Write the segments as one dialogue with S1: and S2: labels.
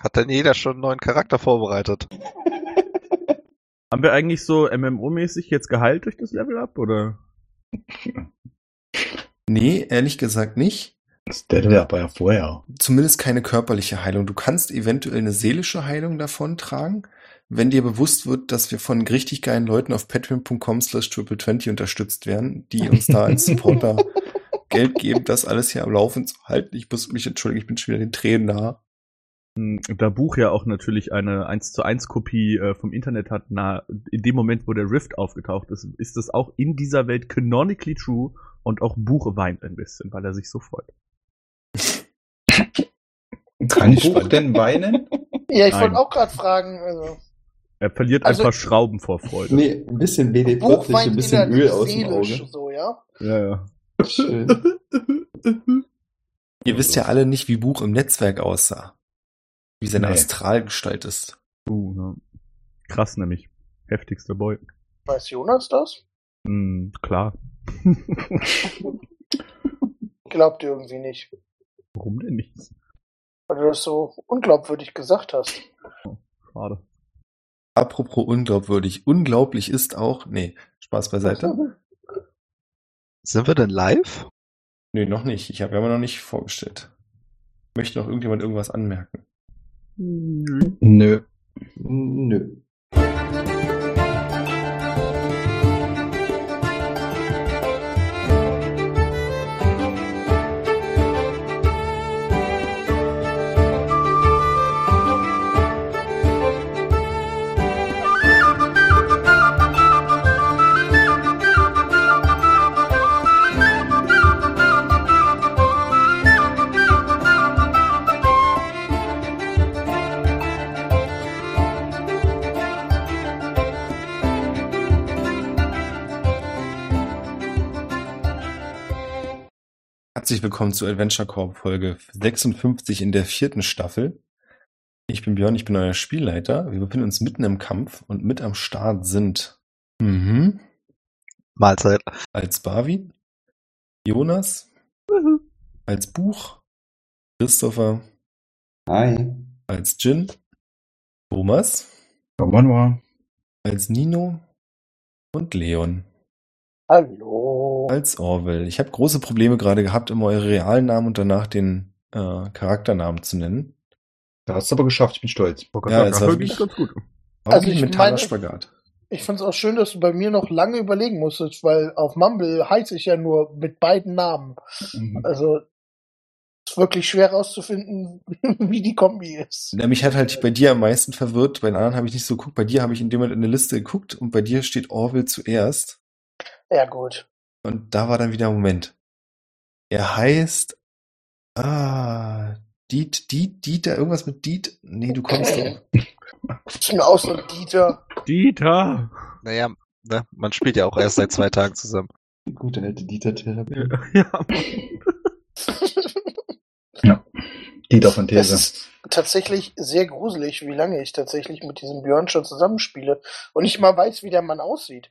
S1: Hat denn jeder schon einen neuen Charakter vorbereitet?
S2: Haben wir eigentlich so MMO-mäßig jetzt Gehalt durch das Level Up, oder?
S3: Nee, ehrlich gesagt nicht.
S4: Das hätte aber ja vorher.
S3: Zumindest keine körperliche Heilung. Du kannst eventuell eine seelische Heilung davon tragen, wenn dir bewusst wird, dass wir von richtig geilen Leuten auf patreon.com slash triple 20 unterstützt werden, die uns da als Supporter Geld geben, das alles hier am Laufen zu halten. Ich muss mich entschuldigen, ich bin schon wieder den Tränen nah.
S2: Da Buch ja auch natürlich eine 1 zu 1 Kopie äh, vom Internet hat, na, in dem Moment, wo der Rift aufgetaucht ist, ist das auch in dieser Welt canonically true und auch Buch weint ein bisschen, weil er sich so freut.
S4: Kann ich
S5: Buch denn weinen?
S6: Ja, ich
S2: Nein.
S6: wollte auch gerade fragen. Also.
S2: Er verliert
S6: Also-
S2: ein paar Schrauben vor Freude.
S5: Nee, ein bisschen BD
S6: Buch
S5: plötzlich, ein
S6: weint
S5: bisschen Öl
S6: innerlich
S5: aus dem
S6: seelisch,
S5: Auge.
S6: so, ja.
S2: Ja, ja.
S5: Schön.
S3: Ihr wisst ja alle nicht, wie Buch im Netzwerk aussah. Wie seine
S4: Nee.
S3: Astralgestalt ist.
S2: Uh, ja. Krass nämlich. Heftigster Boy.
S6: Weiß Jonas das?
S2: Hm, klar.
S6: Glaubt ihr irgendwie nicht,
S2: Warum denn nicht?
S6: weil du das so unglaubwürdig gesagt hast.
S2: Schade.
S3: Apropos unglaubwürdig. Unglaublich ist auch, nee, Spaß beiseite.
S1: Sind wir denn live?
S3: Nee, noch nicht. Ich habe ja immer noch nicht vorgestellt. Möchte noch irgendjemand irgendwas anmerken?
S4: Nö.
S5: Nö.
S3: Herzlich willkommen zu Adventure Corp Folge 56 in der vierten Staffel. Ich bin Björn, ich bin euer Spielleiter. Wir befinden uns mitten im Kampf und mit am Start sind mhm.
S1: Mahlzeit.
S3: als Bavi, Jonas, als Buch, Christopher,
S5: Hi.
S3: als Jin, Thomas,
S4: Januar.
S3: als Nino und Leon.
S6: Hallo.
S3: Als Orwell. Ich habe große Probleme gerade gehabt, immer eure realen Namen und danach den äh, Charakternamen zu nennen.
S4: Da hast du aber geschafft, ich bin stolz.
S3: Ja, es
S2: das
S3: war
S2: war wirklich
S3: wirklich
S2: ganz gut.
S3: Aber
S6: Also
S3: also ich
S6: ich
S3: mentaler
S6: meine-
S3: Spagat.
S6: Ich find's auch schön, dass du bei mir noch lange überlegen musstest, weil auf Mumble heiße ich ja nur mit beiden Namen.
S5: Mhm.
S6: Also ist wirklich schwer rauszufinden, wie die Kombi ist.
S5: Ne.
S3: Na, mich hat halt bei dir am meisten verwirrt, bei den anderen habe ich nicht so geguckt. Bei dir habe ich in dem Moment in der Liste geguckt und bei dir steht Orwell zuerst.
S6: Ja gut.
S3: Und da war dann wieder ein Moment. Er heißt. Ah. Diet, Diet, Dieter, irgendwas mit Diet? Nee, du kommst doch.
S6: Ich bin auch so ein Dieter.
S2: Dieter!
S1: Naja, ne? man spielt ja auch erst seit zwei Tagen zusammen.
S5: Die Gute alte Dieter-Therapie.
S2: Ja,
S4: Dieter von
S6: Es
S4: These.
S6: ist tatsächlich sehr gruselig, wie lange ich tatsächlich mit diesem Björn schon zusammenspiele und nicht mal weiß, wie der Mann aussieht.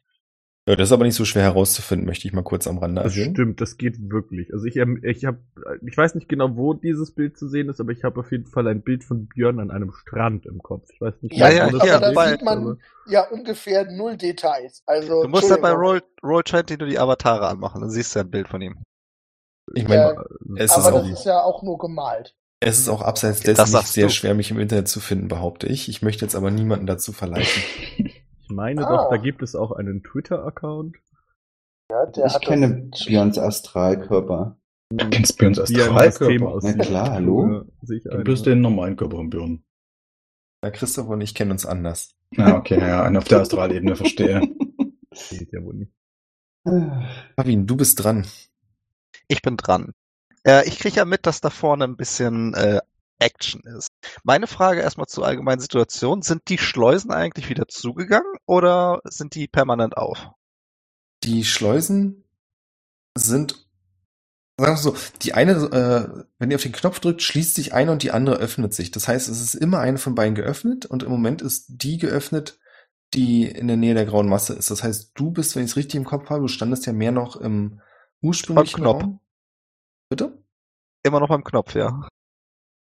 S3: Ja, das ist aber nicht so schwer herauszufinden, möchte ich mal kurz am Rande
S2: das
S3: erwähnen.
S2: stimmt, das geht wirklich. Also ich, ähm, ich habe, ich weiß nicht genau, wo dieses Bild zu sehen ist, aber ich habe auf jeden Fall ein Bild von Björn an einem Strand im Kopf. Ich weiß nicht,
S6: Ja,
S2: genau,
S1: ja,
S2: wo das
S1: hier,
S2: liegt,
S1: aber da
S6: sieht man-
S2: aber-
S6: Ja, ungefähr null Details. Also
S1: Du musst halt bei
S6: Entschuldigung.
S1: Roll, Roll 20 nur die Avatare anmachen, dann siehst du ein Bild von ihm.
S3: Ich meine,
S6: Ja,
S2: äh,
S3: es ist
S6: aber
S3: auch
S6: das ist ja auch nur gemalt.
S3: Es ist auch abseits
S1: Das
S3: dessen nicht
S1: sagst
S3: sehr
S1: du.
S3: schwer, mich im Internet zu finden, behaupte ich. Ich möchte jetzt aber niemanden dazu verleiten.
S2: Ich meine
S6: Ah.
S2: doch, da gibt es auch einen Twitter-Account.
S6: Ja, der
S5: Ich
S6: hat
S5: kenne
S6: das-
S5: Björns Astralkörper.
S4: Du kennst Björns
S2: die ein System
S4: Astralkörper.
S2: aussieht.
S5: Na klar, hallo.
S2: Ja, sich
S4: Du
S2: ein-
S4: bist den normalen Körper im Björn.
S3: Ja, Christoph und ich kennen uns anders.
S4: Ja, okay, ja, und auf der Astralebene verstehe.
S2: Geht ja wohl nicht.
S3: Marvin, du bist dran.
S1: Ich bin dran. Äh, ich kriege ja mit, dass da vorne ein bisschen äh, Action ist. Meine Frage erstmal zur allgemeinen Situation. Sind die Schleusen eigentlich wieder zugegangen oder sind die permanent auf?
S3: Die Schleusen sind, sagen wir so, die eine, äh, wenn ihr auf den Knopf drückt, schließt sich eine und die andere öffnet sich. Das heißt, es ist immer eine von beiden geöffnet und im Moment ist die geöffnet, die in der Nähe der grauen Masse ist. Das heißt, du bist, wenn ich es richtig im Kopf habe, du standest ja mehr noch im ursprünglichen
S1: Knopf.
S3: Raum. Bitte?
S1: Immer noch beim Knopf, ja.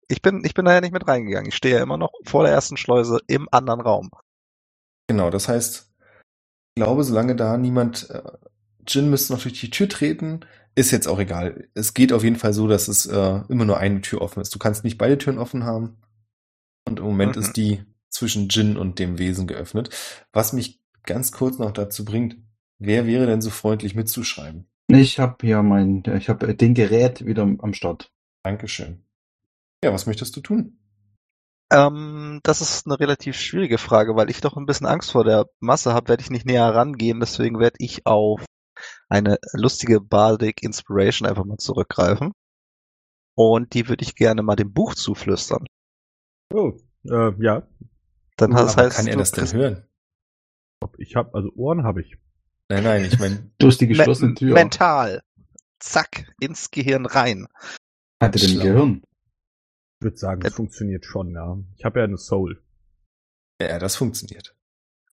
S1: Ich bin, ich bin da ja nicht mit reingegangen. Ich stehe ja immer noch vor der ersten Schleuse im anderen Raum.
S3: Genau, das heißt, ich glaube, solange da niemand. Äh, Jin müsste noch durch die Tür treten. Ist jetzt auch egal. Es geht auf jeden Fall so, dass es äh, immer nur eine Tür offen ist. Du kannst nicht beide Türen offen haben. Und im Moment
S1: Mhm.
S3: ist die zwischen Jin und dem Wesen geöffnet. Was mich ganz kurz noch dazu bringt, wer wäre denn so freundlich mitzuschreiben?
S5: Ich habe hier mein, ich habe den Gerät wieder am Start.
S3: Dankeschön. Ja, was möchtest du tun?
S1: Ähm, das ist eine relativ schwierige Frage, weil ich doch ein bisschen Angst vor der Masse habe, werde ich nicht näher rangehen, deswegen werde ich auf eine lustige Bardic Inspiration einfach mal zurückgreifen. Und die würde ich gerne mal dem Buch zuflüstern.
S2: Oh, äh, ja.
S1: Dann
S5: Oh,
S3: Aber
S1: das heißt,
S3: kann er
S1: du
S3: das denn
S1: kriegst-
S3: hören?
S2: Ob Ich habe also Ohren habe ich.
S3: Nein, nein, ich meine,
S5: Durch die
S1: Me-
S5: geschlossene Tür.
S1: mental. Zack, ins Gehirn rein.
S5: Hatte den
S3: Schlau.
S5: Gehirn.
S2: Ich würde sagen,
S6: Äh.
S2: das
S1: Ä-
S2: funktioniert schon, ja. Ich habe ja eine Soul.
S3: ja, das funktioniert.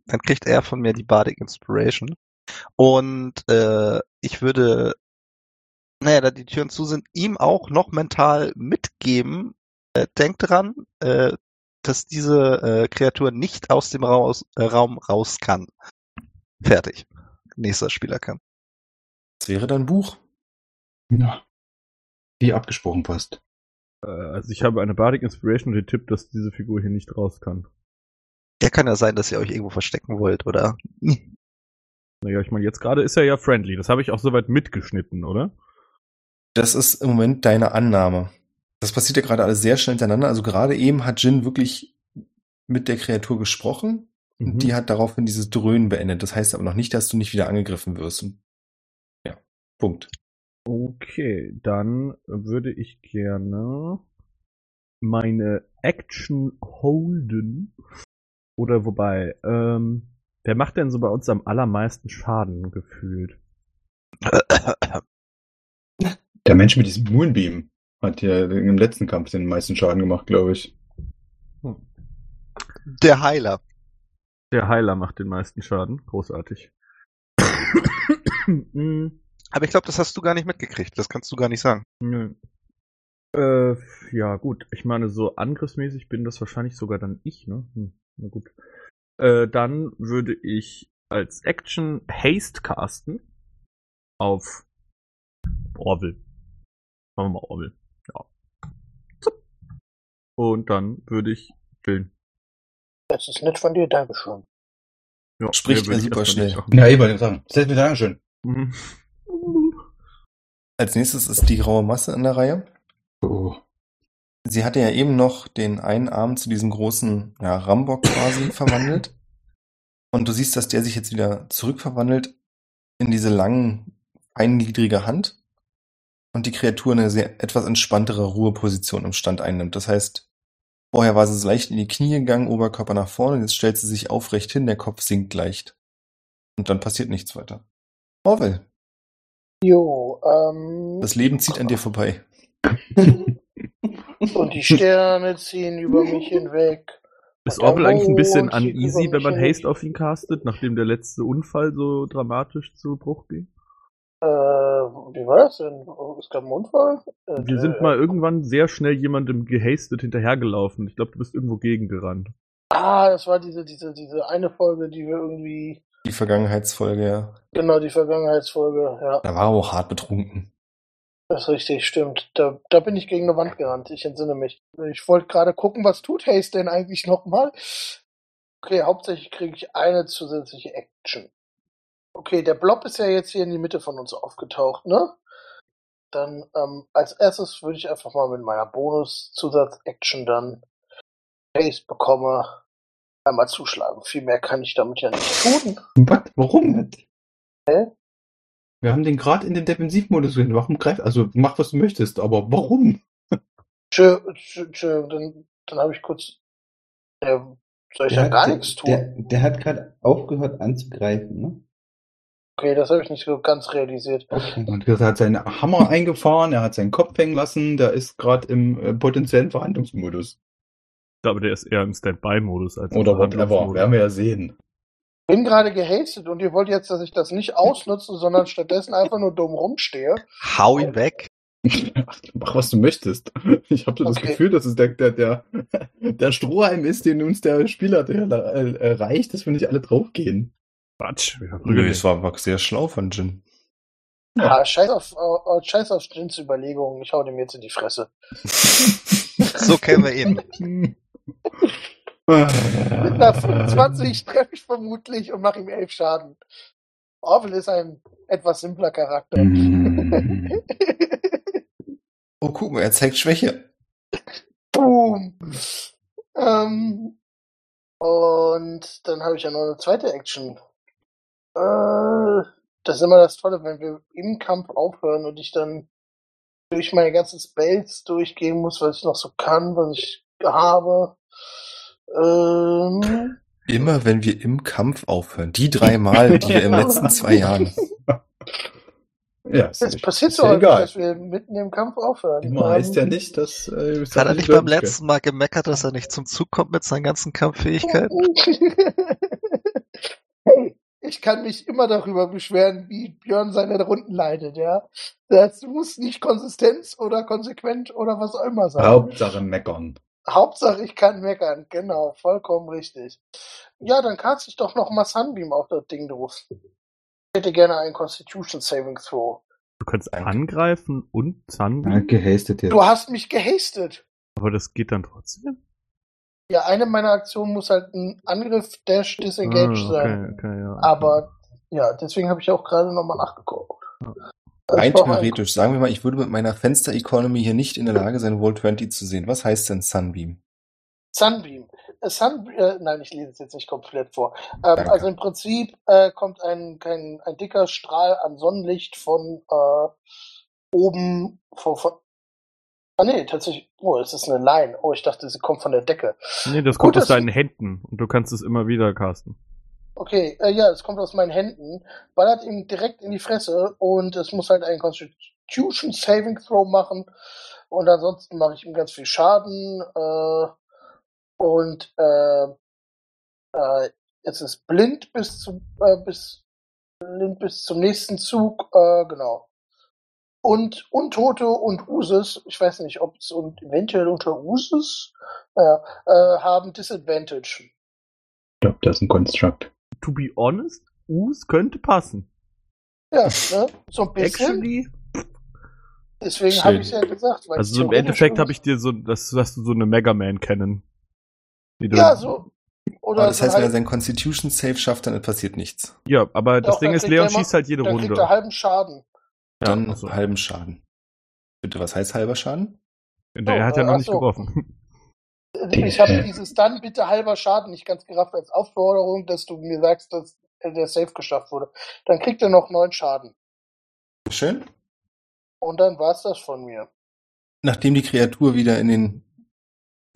S1: Dann kriegt er von mir die Bardic Inspiration. Und äh, ich würde, naja, da die Türen zu sind, ihm auch noch mental mitgeben. Äh, denkt dran, äh, dass diese äh, Kreatur nicht aus dem Raus, äh, Raum raus kann. Fertig. Nächster Spieler kann.
S3: Das wäre dein Buch.
S5: Ja. Wie abgesprochen passt.
S2: Äh, also ich habe eine Bardic Inspiration und den Tipp, dass diese Figur hier nicht raus kann.
S1: Ja, kann ja sein, dass ihr euch irgendwo verstecken wollt, oder?
S2: Naja, ich meine, jetzt gerade ist er ja friendly. Das habe ich auch soweit mitgeschnitten, oder?
S3: Das ist im Moment deine Annahme. Das passiert ja gerade alles sehr schnell hintereinander. Also gerade eben hat Jin wirklich mit der Kreatur gesprochen
S2: Mhm.
S3: und die hat daraufhin dieses Dröhnen beendet. Das heißt aber noch nicht, dass du nicht wieder angegriffen wirst. Und ja, Punkt.
S2: Okay, dann würde ich gerne meine Action holden. Oder wobei, ähm, wer macht denn so bei uns am allermeisten Schaden gefühlt?
S4: Der Mensch mit diesem Moonbeam hat ja im letzten Kampf den meisten Schaden gemacht, glaube ich.
S1: Der Heiler.
S2: Der Heiler macht den meisten Schaden. Großartig. Mm,
S1: Aber ich glaube, das hast du gar nicht mitgekriegt. Das kannst du gar nicht sagen.
S2: nö. Äh, ja, gut. Ich meine, so angriffsmäßig bin das wahrscheinlich sogar dann ich, ne? Hm, na gut. Äh, dann würde ich als Action Haste casten auf Orwell. Machen wir mal Orwell. Ja. Zup. Und dann würde ich chillen.
S6: Das ist nett von dir, Dankeschön.
S2: Ja,
S3: Spricht
S2: mehr würde
S3: er
S2: ich
S3: super
S2: erstmal nicht
S3: schnell.
S2: machen.
S4: Ja, ich wollte sagen. Setz mir da schön.
S2: Mhm.
S3: Als nächstes ist die graue Masse an der Reihe.
S5: Oh.
S3: Sie hatte ja eben noch den einen Arm zu diesem großen ja, Rambock quasi verwandelt. Und du siehst, dass der sich jetzt wieder zurückverwandelt in diese langen, eingliedrige Hand. Und die Kreatur eine sehr, etwas entspanntere Ruheposition im Stand einnimmt. Das heißt, vorher war sie so leicht in die Knie gegangen, Oberkörper nach vorne. Jetzt stellt sie sich aufrecht hin, der Kopf sinkt leicht. Und dann passiert nichts weiter. Orwell,
S6: Jo, ähm,
S3: das Leben zieht an dir vorbei.
S6: und die Sterne ziehen über mich hinweg.
S2: Ist
S6: Und der
S2: Orwell eigentlich ein bisschen
S6: Mond zieht
S2: uneasy,
S6: über
S2: wenn
S6: mich
S2: man
S6: hinweg.
S2: Haste auf ihn castet, nachdem der letzte Unfall so dramatisch zu Bruch ging?
S6: Äh, wie war das denn? Es gab einen Unfall? Äh,
S2: Wir sind mal irgendwann sehr schnell jemandem gehastet hinterhergelaufen. Ich glaube, du bist irgendwo gegengerannt.
S6: Ah, das war diese, diese, diese eine Folge, die wir irgendwie,
S3: Die Vergangenheitsfolge, ja.
S6: genau, die Vergangenheitsfolge, ja.
S3: Da war er auch hart betrunken.
S6: Das ist richtig, stimmt. Da, da bin ich gegen eine Wand gerannt, ich entsinne mich. Ich wollte gerade gucken, was tut Hayes denn eigentlich nochmal? Okay, hauptsächlich kriege ich eine zusätzliche Action. Okay, der Blob ist ja jetzt hier in die Mitte von uns aufgetaucht, ne? Dann ähm, als erstes würde ich einfach mal mit meiner Bonus-Zusatz-Action dann Hayes bekomme, einmal zuschlagen. Viel mehr kann ich damit ja nicht tun.
S5: Was? Warum nicht?
S6: Hä?
S5: Wir haben den gerade in den Defensivmodus drin. Warum greift? Also mach, was du möchtest, aber warum?
S6: Tschö, tschö, tschö, dann, dann habe ich kurz. Äh, soll ich ja gar nichts tun?
S5: Der, der hat gerade aufgehört anzugreifen, ne?
S6: Okay, das habe ich nicht so ganz realisiert.
S5: Und er hat seinen Hammer eingefahren, er hat seinen Kopf hängen lassen, der ist gerade im äh, potenziellen Verhandlungsmodus.
S2: Ich glaube, der ist eher im Standby-Modus als im
S4: Oder whatever.
S2: Verhandlungsmodus.
S4: Werden wir ja sehen.
S6: Bin gerade gehastet und ihr wollt jetzt, dass ich das nicht ausnutze, sondern stattdessen einfach nur dumm rumstehe.
S1: Hau ihn weg.
S5: Mach, was du möchtest. Ich habe so das
S6: Okay.
S5: Gefühl, dass es der, der, der, der Strohhalm ist, den uns der Spieler der, äh, erreicht, dass wir nicht alle draufgehen.
S2: Quatsch. Wir
S3: Nö,
S2: verprügeln
S3: es war, war sehr schlau von Jin.
S5: Ja.
S6: Ah, scheiß auf, äh, äh, scheiß auf Jins Überlegungen. Ich hau dem jetzt in die Fresse.
S1: So kennen wir ihn.
S6: Mit einer 25 treffe ich vermutlich und mache ihm 11 Schaden. Orwell ist ein etwas simpler Charakter.
S3: Oh, guck mal, er zeigt Schwäche.
S6: Boom! Ähm, und dann habe ich ja noch eine zweite Action. Äh, das ist immer das Tolle, wenn wir im Kampf aufhören und ich dann durch meine ganzen Spells durchgehen muss, was ich noch so kann, was ich habe. Ähm,
S3: Immer wenn wir im Kampf aufhören, die drei Mal, die wir im letzten zwei Jahren.
S5: Ja, ist
S6: das
S5: nicht-
S6: passiert
S5: ist
S6: so
S5: ja
S6: häufig,
S5: egal.
S6: dass wir mitten im Kampf aufhören.
S5: Immer
S6: Ähm,
S5: heißt ja nicht, dass. Äh, es
S1: Hat er
S5: alles
S1: nicht beim
S5: überlebt wird.
S1: letzten Mal gemeckert, dass er nicht zum Zug kommt mit seinen ganzen Kampffähigkeiten?
S6: Oh. hey, ich kann mich immer darüber beschweren, wie Björn seine Runden leitet, ja. Das muss nicht Konsistenz oder konsequent oder was auch immer sein.
S5: Hauptsache meckern.
S6: Hauptsache, ich kann meckern. Genau, vollkommen richtig. Ja, dann cast ich doch noch mal Sunbeam auf das Ding drauf. Ich hätte gerne einen Constitution Saving Throw.
S2: Du kannst
S3: Danke.
S2: angreifen und
S4: Ja,
S2: Sunbeam,
S4: gehastet jetzt.
S6: Du hast mich gehastet.
S2: aber das geht dann trotzdem.
S6: Ja, eine meiner Aktionen muss halt ein Angriff Dash Disengage
S2: Ah,
S6: sein.
S2: okay, okay, ja.
S6: Aber ja, deswegen habe ich auch gerade nochmal nachgeguckt. Äh, Ich
S3: Rein
S6: brauche einen-
S3: theoretisch, sagen wir mal, ich würde mit meiner Fenster Economy hier nicht in der Lage sein, World 20 zu sehen. Was heißt denn Sunbeam?
S6: Sunbeam. Äh, Sun, äh, nein, ich lese es jetzt nicht komplett vor. Ähm,
S3: Danke.
S6: also im Prinzip äh, kommt ein, kein, ein dicker Strahl an Sonnenlicht von äh, oben von, von Ah nee, tatsächlich. Oh, es ist eine Line. Oh, ich dachte, sie kommt von der Decke.
S2: Nee, das
S6: Gut,
S2: kommt aus
S6: dass-
S2: deinen Händen und du kannst es immer wieder casten.
S6: Okay, äh, ja, es kommt aus meinen Händen, ballert ihm direkt in die Fresse und es muss halt einen Constitution Saving Throw machen und ansonsten mache ich ihm ganz viel Schaden äh, und äh, äh, jetzt ist blind bis zum äh, bis blind bis zum nächsten Zug, äh, genau. Und Untote und Uses, ich weiß nicht, ob es und eventuell unter Uses ja, äh, haben Disadvantage.
S4: Ich glaube, das ist ein Construct.
S2: To be honest, Us könnte passen.
S6: Ja, ne? so ein bisschen.
S2: Actually,
S6: Deswegen
S3: Schön.
S6: habe ich ja gesagt. Weil
S2: also so im Endeffekt habe ich dir so, das hast du so eine Mega Man kennen. Die du-
S6: Ja, so. Oder halt
S3: Aber das
S6: so
S3: heißt, wenn er
S6: halb,
S3: seinen Constitution Save schafft, dann passiert nichts.
S2: Ja, aber das
S6: Doch,
S2: Ding
S6: dann
S2: ist,
S6: kriegt er
S2: Leon
S6: immer-
S2: schießt halt jede
S6: dann kriegt er
S2: Runde.
S6: halben Schaden.
S3: dann
S2: ach so.
S3: halben Schaden. Bitte, was heißt halber Schaden?
S2: Nee, er hat
S6: Oh,
S2: ja
S6: äh,
S2: noch
S6: ach
S2: nicht
S6: so.
S2: geworfen.
S6: Ich habe
S3: äh,
S6: dieses dann bitte halber Schaden nicht ganz gerafft als Aufforderung, dass du mir sagst, dass äh, der Safe geschafft wurde. Dann kriegt er noch neun Schaden.
S3: Schön.
S6: Und dann war's das von mir.
S3: Nachdem die Kreatur wieder in den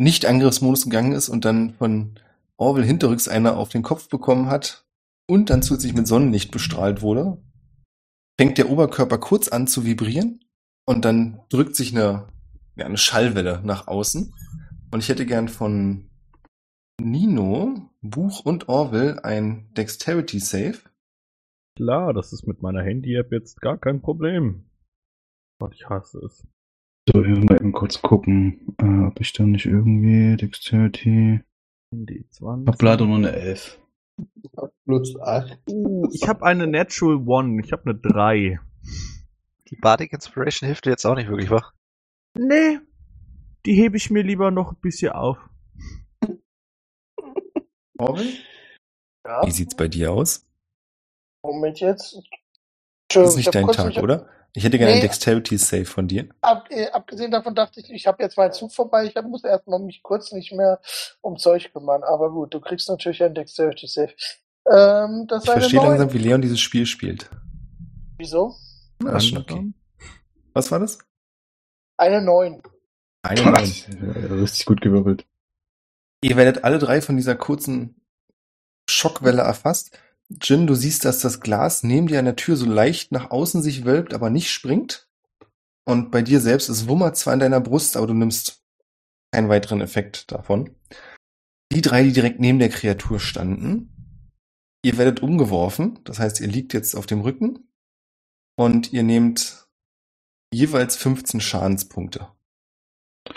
S3: Nicht-Angriffsmodus gegangen ist und dann von Orwell hinterrücks einer auf den Kopf bekommen hat und dann zusätzlich mit Sonnenlicht bestrahlt wurde, fängt der Oberkörper kurz an zu vibrieren und dann drückt sich eine, ja, eine Schallwelle nach außen. Und ich hätte gern von Nino, Buch und Orwell ein Dexterity Save.
S2: Klar, das ist mit meiner Handy-App jetzt gar kein Problem. Gott, ich hasse es.
S4: So, wir mal eben kurz gucken, äh, ob ich da nicht irgendwie Dexterity.
S2: Handy
S4: Ich
S2: 20.
S4: hab leider nur eine 11.
S5: Plus 8.
S2: Uh, ich habe eine Natural One, ich habe eine 3.
S1: Die Bardic Inspiration hilft dir jetzt auch nicht wirklich, wa?
S2: Nee, die hebe ich mir lieber noch ein bisschen auf.
S3: Orwell?
S6: Ja,
S3: Wie sieht's bei dir aus?
S6: Moment jetzt.
S3: Das ist
S6: Entschuldigung, ich
S3: nicht
S6: hab
S3: dein
S6: kurz
S3: Tag,
S6: nicht-
S3: oder? Ich hätte gerne
S6: Nee.
S3: einen Dexterity Save von dir.
S6: Ab, äh, abgesehen davon dachte ich, ich habe jetzt meinen Zug vorbei, ich hab, muss erstmal mich kurz nicht mehr um Zeug kümmern. Aber gut, du kriegst natürlich einen Dexterity Save. Ähm, das ist
S3: Ich
S6: eine
S3: verstehe
S6: neun.
S3: langsam, wie Leon dieses Spiel spielt.
S6: Wieso?
S3: Na, ist schon okay. Was war das?
S6: Eine neun.
S3: Eine Neun.
S4: Richtig gut gewirbelt.
S3: Ihr werdet alle drei von dieser kurzen Schockwelle erfasst. Jin, du siehst, dass das Glas neben dir an der Tür so leicht nach außen sich wölbt, aber nicht springt. Und bei dir selbst, es wummert zwar in deiner Brust, aber du nimmst keinen weiteren Effekt davon. Die drei, die direkt neben der Kreatur standen, ihr werdet umgeworfen, das heißt, ihr liegt jetzt auf dem Rücken und ihr nehmt jeweils 15 Schadenspunkte.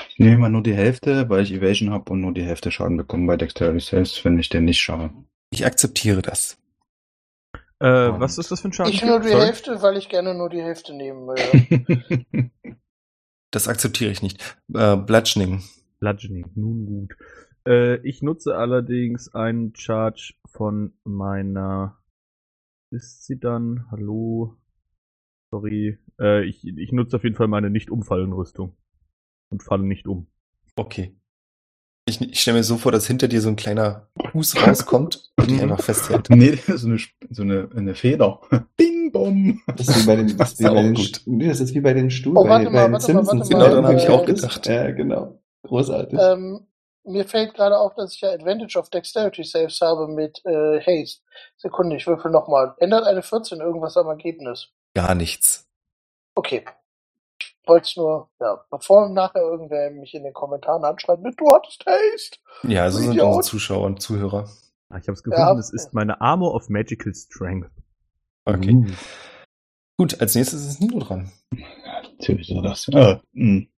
S5: Ich nehme mal nur die Hälfte, weil ich Evasion habe und nur die Hälfte Schaden bekomme bei Dexterity Saves, wenn ich den nicht schaffe.
S3: Ich akzeptiere das.
S2: Äh, was ist das für ein Schaden?
S6: Ich nur die
S2: Sorry.
S6: Hälfte, weil ich gerne nur die Hälfte nehmen will.
S3: Das akzeptiere ich nicht. Äh, Bludgeoning.
S2: Bludgeoning, nun gut. Äh, ich nutze allerdings einen Charge von meiner. Ist sie dann? Hallo? Sorry. Äh, ich, ich nutze auf jeden Fall meine Nicht-Umfallen-Rüstung. Und falle nicht um.
S3: Okay. Ich, ich stelle mir so vor, dass hinter dir so ein kleiner Fuß rauskommt und dich einfach festhält.
S5: nee, so eine, Sp- so eine, eine Feder. Bing, bom.
S4: Das ist wie bei den, das ist wie
S3: Ist
S4: bei
S3: auch
S4: den
S3: gut.
S4: nee, das ist wie bei den Stuhl,
S6: Oh,
S4: bei,
S6: warte
S4: den-
S6: mal,
S4: bei
S6: warte
S4: den
S6: mal, warte
S4: Simpsons.
S6: mal.
S4: wenn
S6: Genau, daran
S4: du
S6: hab ich auch
S4: bist.
S3: gedacht.
S4: Ja, genau. Großartig.
S6: ähm, mir fällt gerade auf, dass ich ja Advantage of Dexterity Saves habe mit äh, Haste. Sekunde, ich würfel nochmal. Ändert eine 14 irgendwas am Ergebnis?
S3: Gar nichts.
S6: Okay. Wollt's nur, ja, bevor und nachher irgendwer mich in den Kommentaren anschreibt, mit du hattest Haste.
S3: Ja, so
S6: Du
S3: sind
S6: Idiot.
S3: unsere Zuschauer und Zuhörer.
S2: Ah, ich habe es gefunden,
S6: Ja.
S2: es ist meine Armor of Magical Strength.
S3: Okay.
S5: Uh,
S3: Gut, als nächstes ist Nino dran.
S5: natürlich war das. Ah, hm.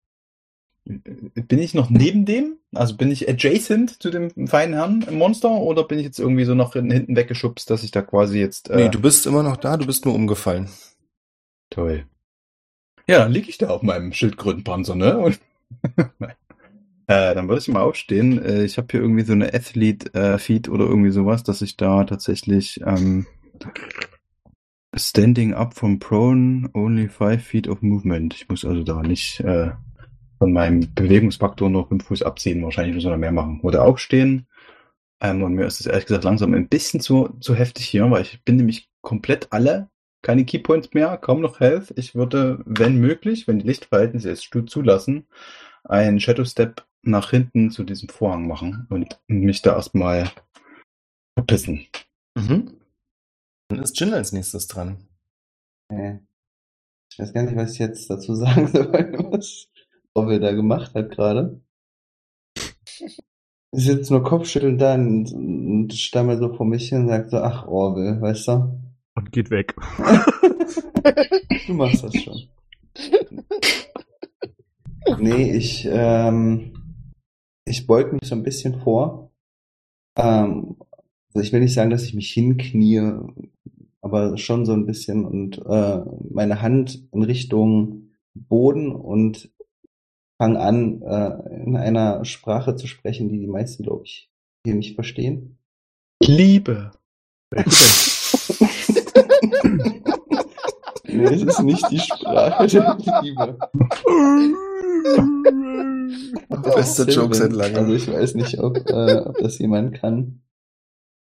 S5: bin ich noch neben dem? Also bin ich adjacent zu dem feinen Herrn im Monster oder bin ich jetzt irgendwie so nach hinten hinten weggeschubst, dass ich da quasi jetzt. Äh,
S3: Nee, du bist immer noch da, du bist nur umgefallen.
S5: Toll. Ja, dann liege ich da auf meinem Schildkrötenpanzer, ne? Und äh, dann würde ich mal aufstehen. Äh, ich habe hier irgendwie so eine Athlete-Feed oder irgendwie sowas, dass ich da tatsächlich ähm, Standing up from prone, only five feet of movement. Ich muss also da nicht äh, von meinem Bewegungsfaktor nur fünf Fuß abziehen. Wahrscheinlich muss man da mehr machen. Oder aufstehen. Ähm, und mir ist es ehrlich gesagt langsam ein bisschen zu, zu heftig hier, weil ich bin nämlich komplett alle keine Keypoints mehr, kaum noch Health. Ich würde, wenn möglich, wenn die Lichtverhältnisse es stu- zulassen, einen Shadow Step nach hinten zu diesem Vorhang machen und mich da erstmal verpissen.
S3: Mhm. Dann ist Jin als nächstes dran.
S4: Äh, Ich weiß gar nicht, was ich jetzt dazu sagen soll, was Robbe da gemacht hat gerade. Ich sitze nur Kopfschütteln da und, und stammel so vor mich hin und sagt so, ach Orwell, weißt du?
S2: Und geht weg.
S4: Du machst das schon. Nee, ich, ähm, ich beug mich so ein bisschen vor. Ähm, also ich will nicht sagen, dass ich mich hinknie, aber schon so ein bisschen und äh, meine Hand in Richtung Boden und fange an, äh, in einer Sprache zu sprechen, die die meisten, glaube ich, hier nicht verstehen.
S5: Liebe.
S4: Nee, es ist nicht die Sprache der Liebe.
S3: Beste Joke seit langem.
S4: Also ich weiß nicht, ob, äh, ob das jemand kann.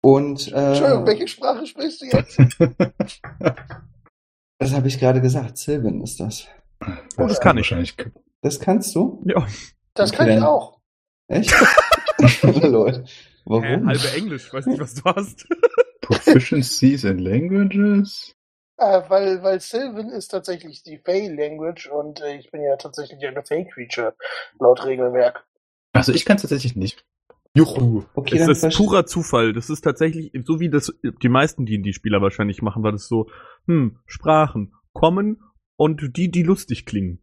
S4: Und
S6: Entschuldigung,
S4: äh,
S6: welche Sprache sprichst du jetzt?
S4: das habe ich gerade gesagt. Silvan ist das.
S2: Das kann ich.
S5: wahrscheinlich.
S4: Das kannst du?
S2: Ja,
S6: Das kann
S4: Okay,
S6: ich
S4: dann-
S6: auch.
S4: Echt? Lol. Warum?
S2: Englisch, weiß nicht, was du hast.
S5: Proficiencies in Languages?
S6: Äh, weil, weil Sylvan ist tatsächlich die Fey-Language und äh, ich bin ja tatsächlich eine Fey-Creature, laut Regelwerk.
S5: Also ich kann es tatsächlich nicht. Juhu.
S4: Okay,
S2: Es
S4: dann
S2: ist
S4: verste-
S2: purer Zufall. Das ist tatsächlich, so wie das die meisten D&D-Spieler wahrscheinlich machen, war das so, hm, Sprachen kommen und die, die lustig klingen.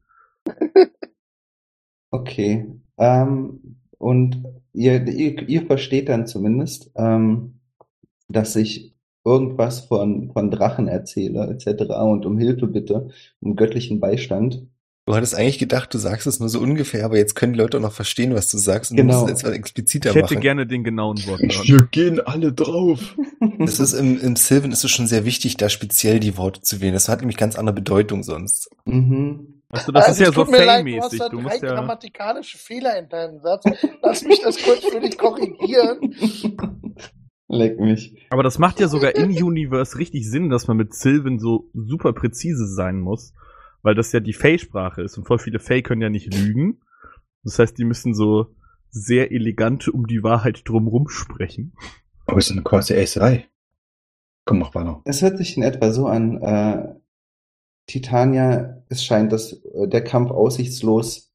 S4: Okay. Ähm, und ihr, ihr, ihr versteht dann zumindest, ähm, dass ich irgendwas von, von Drachen erzähle, etc. und um Hilfe bitte, um göttlichen Beistand.
S3: Du hattest eigentlich gedacht, du sagst es nur so ungefähr, aber jetzt können die Leute auch noch verstehen, was du sagst und
S4: Genau.
S3: du musst es etwas expliziter
S2: Ich hätte
S3: machen.
S2: gerne den genauen Wortlaut.
S5: Wir gehen alle drauf.
S3: Das ist im, im Sylvan ist es schon sehr wichtig, da speziell die Worte zu wählen. Das hat nämlich ganz andere Bedeutung sonst.
S4: mhm.
S2: Weißt du, das
S6: Also,
S2: ist ja
S6: es
S2: so
S6: tut mir leid,
S2: Fame-mäßig.
S6: Du hast da
S2: Du
S6: drei
S2: musst ja,
S6: grammatikalische Fehler in deinem Satz. Lass mich das kurz für dich korrigieren.
S4: Leck mich.
S2: aber das macht ja sogar in Universe richtig Sinn, dass man mit Sylvan so super präzise sein muss, weil das ja die Fey-Sprache ist und voll viele Fey können ja nicht lügen. Das heißt, die müssen so sehr elegant um die Wahrheit drumrum sprechen.
S5: Aber es ist eine quasi Ace Komm, mach weiter.
S4: Es hört sich in etwa so an, äh, Titania, es scheint, dass äh, der Kampf aussichtslos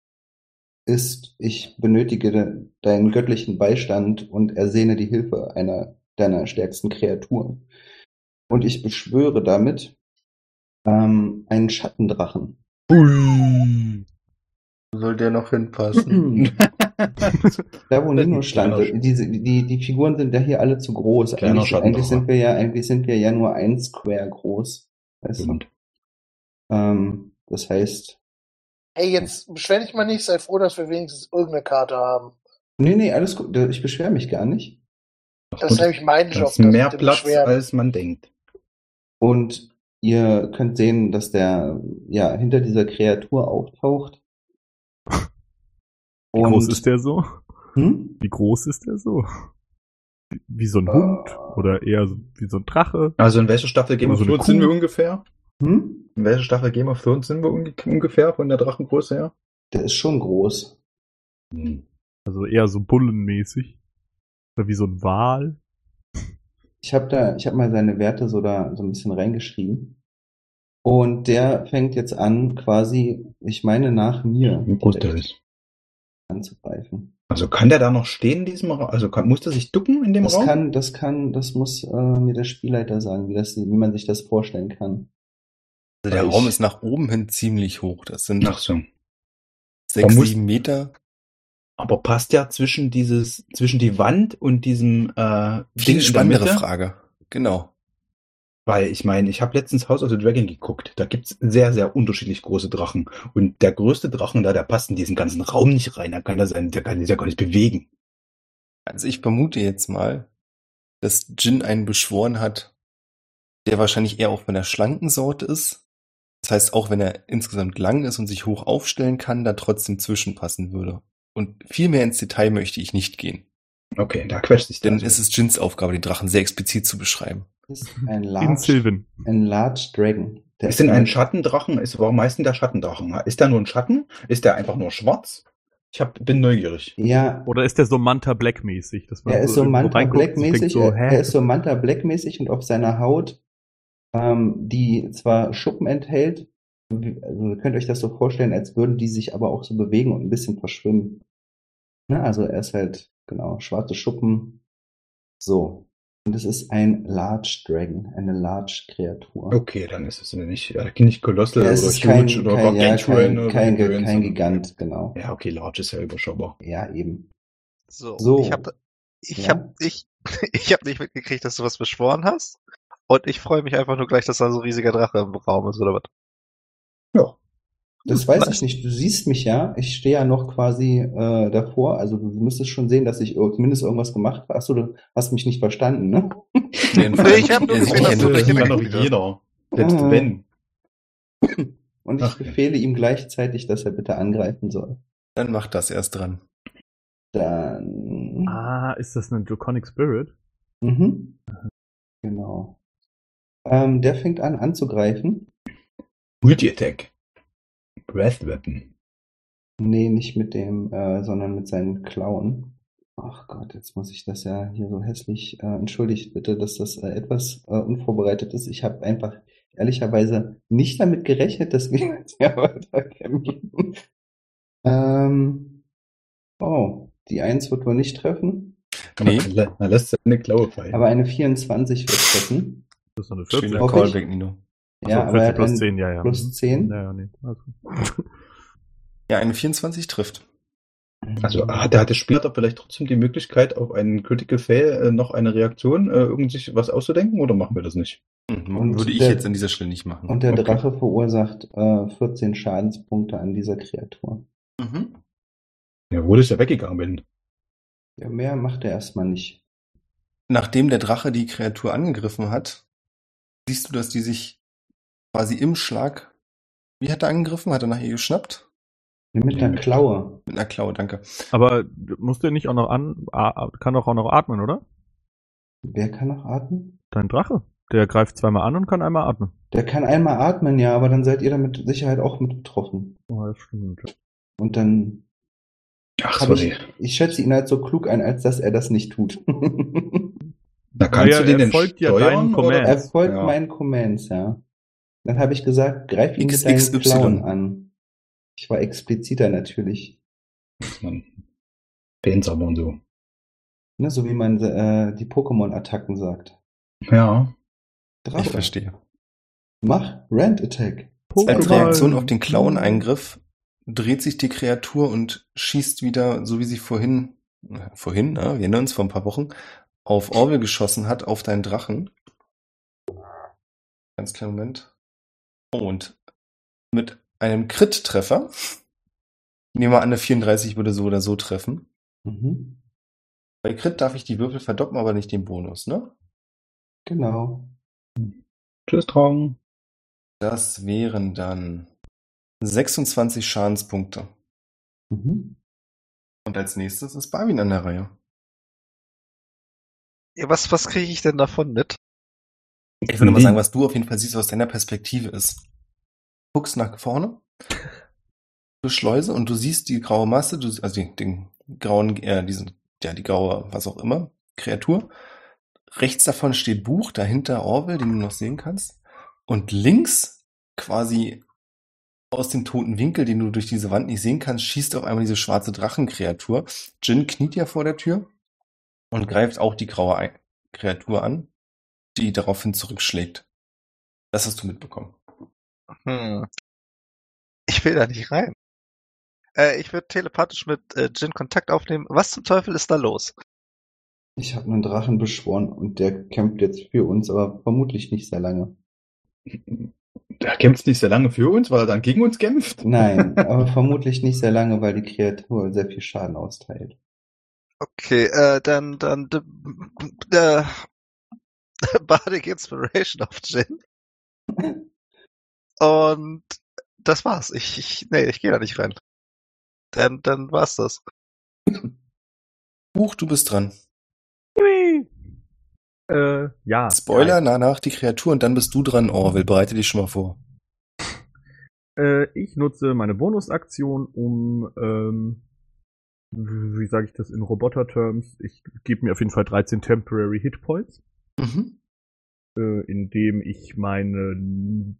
S4: ist. Ich benötige de deinen göttlichen Beistand und ersehne die Hilfe einer deiner stärksten Kreaturen. Und ich beschwöre damit ähm, einen Schattendrachen,
S5: Ui.
S3: Soll der noch hinpassen?
S2: Mhm.
S1: Mhm.
S4: Da wo
S2: Äh,
S4: Nino
S5: ist
S4: stand,
S5: kleiner Sch-
S4: diese, die, die Figuren sind ja hier alle zu groß.
S5: Kleiner
S4: Eigentlich, eigentlich
S5: Schattenkracher.
S2: ne?
S4: sind wir ja, eigentlich sind wir ja nur ein Square groß. Weißt
S2: Genau.
S4: du?
S5: Stimmt.
S4: ähm, das heißt,
S6: Hey, jetzt beschwer dich mal nicht, sei froh, dass wir wenigstens irgendeine Karte haben.
S4: nee, nee, alles gut, ich beschwere mich gar nicht.
S6: Das ist nämlich mein Job.
S5: Das ist mehr
S6: mit dem
S5: Platz,
S6: Beschweren.
S5: als man denkt.
S4: Und ihr könnt sehen, dass der, ja, hinter dieser Kreatur auftaucht.
S2: Wie groß ist der so?
S4: Hm?
S2: Wie groß ist der so? Wie- Wie so ein
S4: Äh.
S2: Hund? Oder eher so, wie so ein Drache?
S5: Also in welcher Staffel Game
S2: Oder so
S5: of
S2: eine
S5: Thrones
S2: Kuh.
S5: sind wir ungefähr?
S4: Hm?
S5: In welcher Staffel Game of Thrones sind wir unge- ungefähr von der Drachengröße her?
S4: Der ist schon groß.
S5: Hm.
S2: Also eher so bullenmäßig? Oder wie so ein Wal?
S4: Ich habe da, ich habe mal seine Werte so da so ein bisschen reingeschrieben. Und der fängt jetzt an, quasi, ich meine, nach mir
S5: Wie groß der ist.
S4: anzugreifen.
S5: Also kann der da noch stehen in diesem Raum? Also kann, muss der sich ducken in dem
S4: Das
S5: Raum?
S4: kann, das kann, das muss äh, mir der Spielleiter sagen, wie, das, wie man sich das vorstellen kann.
S3: Also der
S4: Ich-
S3: Raum ist nach oben hin ziemlich hoch. Das sind
S5: Ach so.
S3: sechs,
S5: man muss-
S3: sieben Meter.
S5: Aber passt ja zwischen dieses, zwischen die Wand und diesem äh, Ding
S3: Viel
S5: in der
S3: spannendere
S5: Mitte?
S3: Frage. Genau.
S5: Weil ich meine, ich habe letztens House of the Dragon geguckt. Da gibt's sehr, sehr unterschiedlich große Drachen. Und der größte Drachen da, der passt in diesen ganzen Raum nicht rein. Da kann er sein, der kann sich ja gar nicht bewegen.
S3: Also ich vermute jetzt mal, dass Jin einen beschworen hat, der wahrscheinlich eher auch von der schlanken Sorte ist. Das heißt, auch wenn er insgesamt lang ist und sich hoch aufstellen kann, da trotzdem zwischenpassen würde. Und viel mehr ins Detail möchte ich nicht gehen.
S5: Okay, da quetscht sich der.
S3: Denn es ist Jins Aufgabe, den Drachen sehr explizit zu beschreiben.
S4: Das ist ein
S2: In
S4: large,
S2: Sylvan.
S4: ein large Dragon. Der
S5: ist denn ein
S4: damit-
S5: Schattendrachen? Ist, warum heißt denn der Schattendrachen? Ist der nur ein Schatten? Ist der einfach nur schwarz? Ich hab, bin neugierig.
S4: Ja,
S2: Oder ist der so Manta Black-mäßig? dass man
S4: er ist so
S2: irgendwo
S4: Manta
S2: reinguckt und denkt
S4: Black-mäßig,
S2: So,
S4: er,
S2: hä?
S4: er ist so Manta Black-mäßig und auf seiner Haut, ähm, die zwar Schuppen enthält, wie- also ihr könnt euch das so vorstellen, als würden die sich aber auch so bewegen und ein bisschen verschwimmen. Ne? Also er ist halt, genau, schwarze Schuppen. So. Und es ist ein Large Dragon, eine Large Kreatur.
S5: Okay, dann ist es nicht, äh, nicht Colossal
S4: Ja,
S5: oder
S4: es ist
S5: Huge
S4: kein,
S5: oder
S4: kein, ja,
S5: Gargantuan
S4: kein,
S5: oder
S4: kein,
S5: Gigant,
S4: kein,
S5: sondern-
S4: kein Gigant, genau.
S5: Ja, okay, Large ist ja überschaubar.
S4: Ja, eben.
S1: So,
S4: So.
S1: ich habe ich
S4: Ja?
S1: hab, ich, ich hab nicht mitgekriegt, dass du was beschworen hast. Und ich freue mich einfach nur gleich, dass da so ein riesiger Drache im Raum ist, oder was?
S5: Ja.
S4: Das weiß ich nicht. Du siehst mich ja. Ich stehe ja noch quasi äh, davor. Also du müsstest schon sehen, dass ich ir- zumindest irgendwas gemacht habe. Achso, du hast mich nicht verstanden, ne?
S3: Denn vor
S1: Nee,
S3: allem,
S1: ich hab nur
S3: er sieht
S1: gesehen,
S3: ja
S1: dass
S3: nur
S1: du
S5: das
S1: dich
S3: Drachen.
S5: kann doch
S1: direkt wieder-
S5: jeder. Selbst
S4: Ah.
S5: wenn.
S4: Und ich
S5: Ach, ja.
S4: befehle ihm gleichzeitig, dass er bitte angreifen soll.
S3: Dann macht das erst dran.
S4: Dann.
S2: Ah, ist das ein Draconic Spirit?
S4: Mhm. Genau. Ähm, der fängt an anzugreifen.
S5: Multi-Attack. Breath Weapon.
S4: Nee, nicht mit dem, äh, sondern mit seinen Klauen. Ach Gott, jetzt muss ich das ja hier so hässlich. Äh, entschuldigt bitte, dass das äh, etwas äh, unvorbereitet ist. Ich habe einfach ehrlicherweise nicht damit gerechnet, dass wir jetzt ja weiterkämpfen. Ähm, oh, die 1 wird wohl nicht treffen,
S3: Nee,
S5: Er lä- er lässt seine Klaue fallen.
S4: aber eine 24 wird treffen.
S2: Das ist so eine 14.
S3: schöner
S4: Hoffe
S3: Callback, Nino.
S2: Ach so,
S4: Ja, aber er
S2: 14
S4: hat
S2: plus
S4: einen
S2: 10, ja, ja.
S4: plus 10.
S2: Ja, ja, nee. Also.
S3: Ja, eine 24 trifft.
S5: also hat, hat der Spieler da vielleicht trotzdem die Möglichkeit, auf einen Critical Fail äh, noch eine Reaktion, äh, irgend sich was auszudenken, oder machen wir das nicht?
S3: Hm,
S4: Und
S3: Würde ich
S4: der-
S3: jetzt an dieser Stelle nicht machen.
S4: Und der
S5: Okay.
S4: Drache verursacht äh, 14 Schadenspunkte an dieser Kreatur.
S3: Mhm.
S5: Ja, wo ich ja weggegangen bin.
S4: Ja, mehr macht er erstmal nicht.
S3: nachdem der Drache die Kreatur angegriffen hat, siehst du, dass die sich quasi im Schlag. Wie hat er angegriffen? Hat er nach ihr geschnappt?
S4: Mit
S5: Nee,
S4: einer
S5: mit-
S4: Klaue.
S3: Mit einer Klaue, danke.
S2: Aber muss der nicht auch noch an, a- kann doch auch noch atmen, oder?
S4: Wer kann noch atmen?
S2: Dein Drache. Der greift zweimal an und kann einmal atmen.
S4: Der kann einmal atmen, ja, aber dann seid ihr damit Sicherheit auch mit betroffen.
S2: Oh, das stimmt.
S4: Und dann
S5: Ach,
S4: habe
S5: sorry.
S4: ich, ich schätze ihn als so klug ein, als dass er das nicht tut.
S5: Na, kannst
S2: Naja,
S5: du den
S2: er
S5: denn
S2: folgt ja
S5: steuern?
S2: deinen
S5: oder?
S2: Commands.
S4: er folgt
S5: Ja.
S4: meinen Commands, ja. Dann habe ich gesagt, greif ihn mit
S3: XXY.
S4: deinen Klauen an. Ich war expliziter natürlich.
S5: Muss man Painsamer und so.
S4: Ne, so wie man äh, die Pokémon-Attacken sagt.
S5: Ja.
S4: Drache,
S3: Ich verstehe.
S4: mach Rand-Attack.
S3: Als
S2: Pokémon.
S3: Äh, Reaktion auf den Clown-Eingriff dreht sich die Kreatur und schießt wieder, so wie sie vorhin, äh, vorhin, ne, wir erinnern uns vor ein paar Wochen, auf Orwell geschossen hat, auf deinen Drachen. Ganz kleinen Moment. Und mit einem Crit-Treffer, ich nehme mal an, eine 34 würde so oder so treffen.
S4: Mhm.
S3: Bei Crit darf ich die Würfel verdoppeln, aber nicht den Bonus, ne?
S4: Genau.
S5: Tschüss, Traum.
S3: Das wären dann 26 Schadenspunkte.
S4: Mhm.
S3: Und als nächstes ist Barwin an der Reihe.
S1: Ja, Was, was kriege ich denn davon mit?
S3: Ich würde mal
S5: Nee.
S3: sagen, was du auf jeden Fall siehst, was deiner Perspektive ist. Du guckst nach vorne, du Schleuse und du siehst die graue Masse, du, also die, den grauen, äh, diesen, ja, die graue, was auch immer, Kreatur. Rechts davon steht Buch, dahinter Orwell, den du noch sehen kannst. Und links, quasi aus dem toten Winkel, den du durch diese Wand nicht sehen kannst, schießt auf einmal diese schwarze Drachenkreatur. Jin kniet ja vor der Tür und greift auch die graue Ei- Kreatur an die daraufhin zurückschlägt. Das hast du mitbekommen.
S1: Hm. Ich will da nicht rein. Äh, ich würde telepathisch mit äh, Jin Kontakt aufnehmen. Was zum Teufel ist da los?
S4: Ich habe einen Drachen beschworen und der kämpft jetzt für uns, aber vermutlich nicht sehr lange.
S5: Der kämpft nicht sehr lange für uns, weil er dann gegen uns kämpft.
S4: Nein, aber vermutlich nicht sehr lange, weil die Kreatur sehr viel Schaden austeilt.
S1: Okay, äh, dann, dann, d- äh, Bardic Inspiration auf Jin. Und das war's. Ich, ich nee, ich gehe da nicht rein. Dann, dann war's das.
S3: Buch, du bist dran.
S2: Äh, ja.
S3: Spoiler, danach die Kreatur und dann bist du dran, Orwell. Bereite dich schon mal vor.
S2: Äh, ich nutze meine Bonusaktion, um, ähm, wie sage ich das in Roboter-Terms? Ich gebe mir auf jeden Fall 13 Temporary Hitpoints,
S3: Mhm.
S2: äh, indem ich meine N-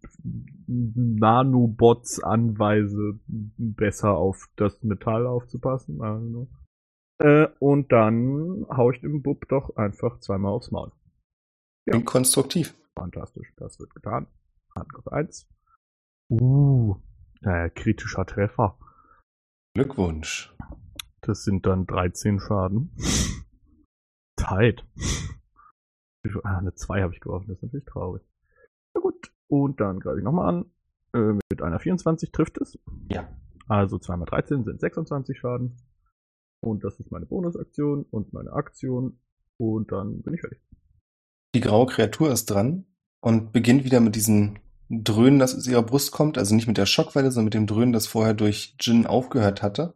S2: N- Nanobots anweise, besser auf das Metall aufzupassen. Also. Äh, und dann hau ich dem Bub doch einfach zweimal aufs Maul.
S3: Klingt konstruktiv.
S2: Fantastisch, das wird getan. Handgriff 1. Uh, äh, kritischer Treffer.
S3: Glückwunsch.
S2: Das sind dann 13 Schaden. Tight. Ah, eine 2 habe ich geworfen, das ist natürlich traurig. Na gut, und dann greife ich nochmal an. Äh, mit einer 24 trifft es.
S3: Ja.
S2: Also 2 mal 13 sind 26 Schaden. Und das ist meine Bonusaktion und meine Aktion. Und dann bin ich fertig.
S3: Die graue Kreatur ist dran und beginnt wieder mit diesem Dröhnen, das aus ihrer Brust kommt. Also nicht mit der Schockwelle, sondern mit dem Dröhnen, das vorher durch Jin aufgehört hatte.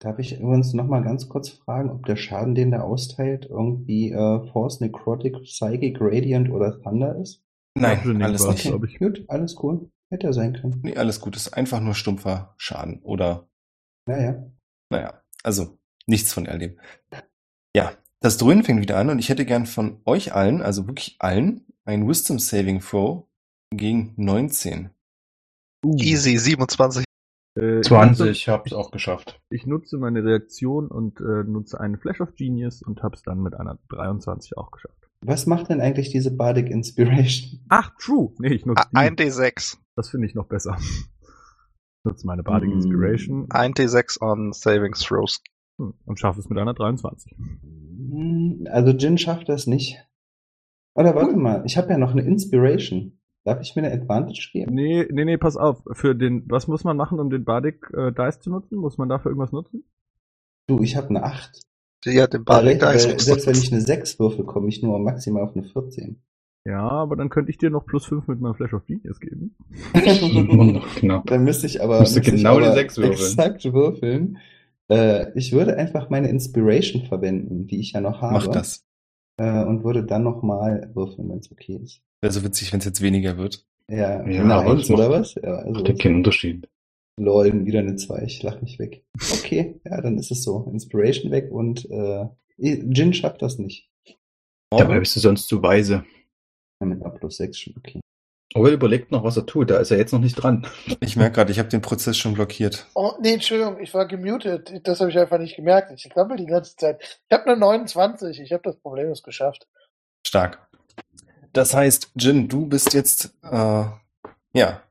S4: Darf ich übrigens noch mal ganz kurz fragen, ob der Schaden, den der austeilt, irgendwie äh, Force, Necrotic, Psychic, Radiant oder Thunder ist?
S3: Nein,
S2: Bludgeoning
S3: alles
S2: war's,
S3: nicht.
S2: glaub ich.
S4: gut, alles cool. Hätte er sein können.
S3: Nee, alles gut. Ist einfach nur stumpfer Schaden oder
S4: Naja.
S3: Naja, also nichts von erleben. Ja, das Dröhnen fängt wieder an und ich hätte gern von euch allen, also wirklich allen, ein Wisdom Saving Throw gegen 19.
S4: Hm.
S2: Uh,
S1: Easy, 27.
S2: äh, ich nutze-
S5: 20, hab's auch geschafft.
S2: Ich nutze meine Reaktion und äh, nutze einen Flash of Genius und hab's dann mit einer 23 auch geschafft.
S4: Was macht denn eigentlich diese Bardic Inspiration?
S2: Ach, true. Nee, ich nutze
S4: Hm.
S1: Ah,
S2: die.
S1: Ein D6.
S2: Das finde ich noch besser. Ich nutze meine Bardic Inspiration
S1: Ein D6 on Savings Throws.
S2: hm, und schaffe es mit einer 23.
S4: Hm, Also Jin schafft das nicht. Oder warte mal, ich habe ja noch eine Inspiration. Darf ich mir eine Advantage geben?
S2: Nee, nee, nee, pass auf. Für den, was muss man machen, um den Bardic äh, Dice zu nutzen? Muss man dafür irgendwas nutzen?
S4: Du, ich habe eine 8.
S1: Ja, den
S4: Weil,
S1: Bardic Dice.
S4: weil, selbst wenn ich eine 6 würfel, komme ich nur maximal auf eine 14.
S2: Ja, aber dann könnte ich dir noch plus 5 mit meinem Flash of Genius geben.
S5: Knapp.
S4: Dann müsste ich aber,
S5: Musst du
S4: müsste ich
S5: genau die
S4: aber
S5: Sechs würfeln.
S4: exakt würfeln. Äh, ich würde einfach meine Inspiration verwenden, die ich ja noch habe.
S3: Macht das.
S4: Äh, und würde dann nochmal würfeln, wenn es okay ist.
S3: Wäre so witzig, wenn es jetzt weniger wird.
S4: Ja,
S5: Ja,
S4: eine
S5: aber
S4: Eins
S5: das macht-
S4: oder was? Ja, also
S5: Macht ja keinen Unterschied.
S4: lol, wieder eine 2, ich lach mich weg. Okay, ja, dann ist es so. Inspiration weg und äh, Jin schafft das nicht.
S5: Dabei
S3: Orwell,
S5: bist du sonst zu weise.
S4: Ja, mit einer plus 6 schon okay.
S5: Orwell überlegt noch, was er tut. Da ist er jetzt noch nicht dran.
S3: Oh, ich merke gerade, ich habe den Prozess schon blockiert.
S6: Oh, nee, Entschuldigung, ich war gemutet. Das habe ich einfach nicht gemerkt. Ich krabbel die ganze Zeit. Ich habe eine 29. Ich habe das Problem ist geschafft.
S3: Stark. Das heißt, Jin, du bist jetzt, äh, ja,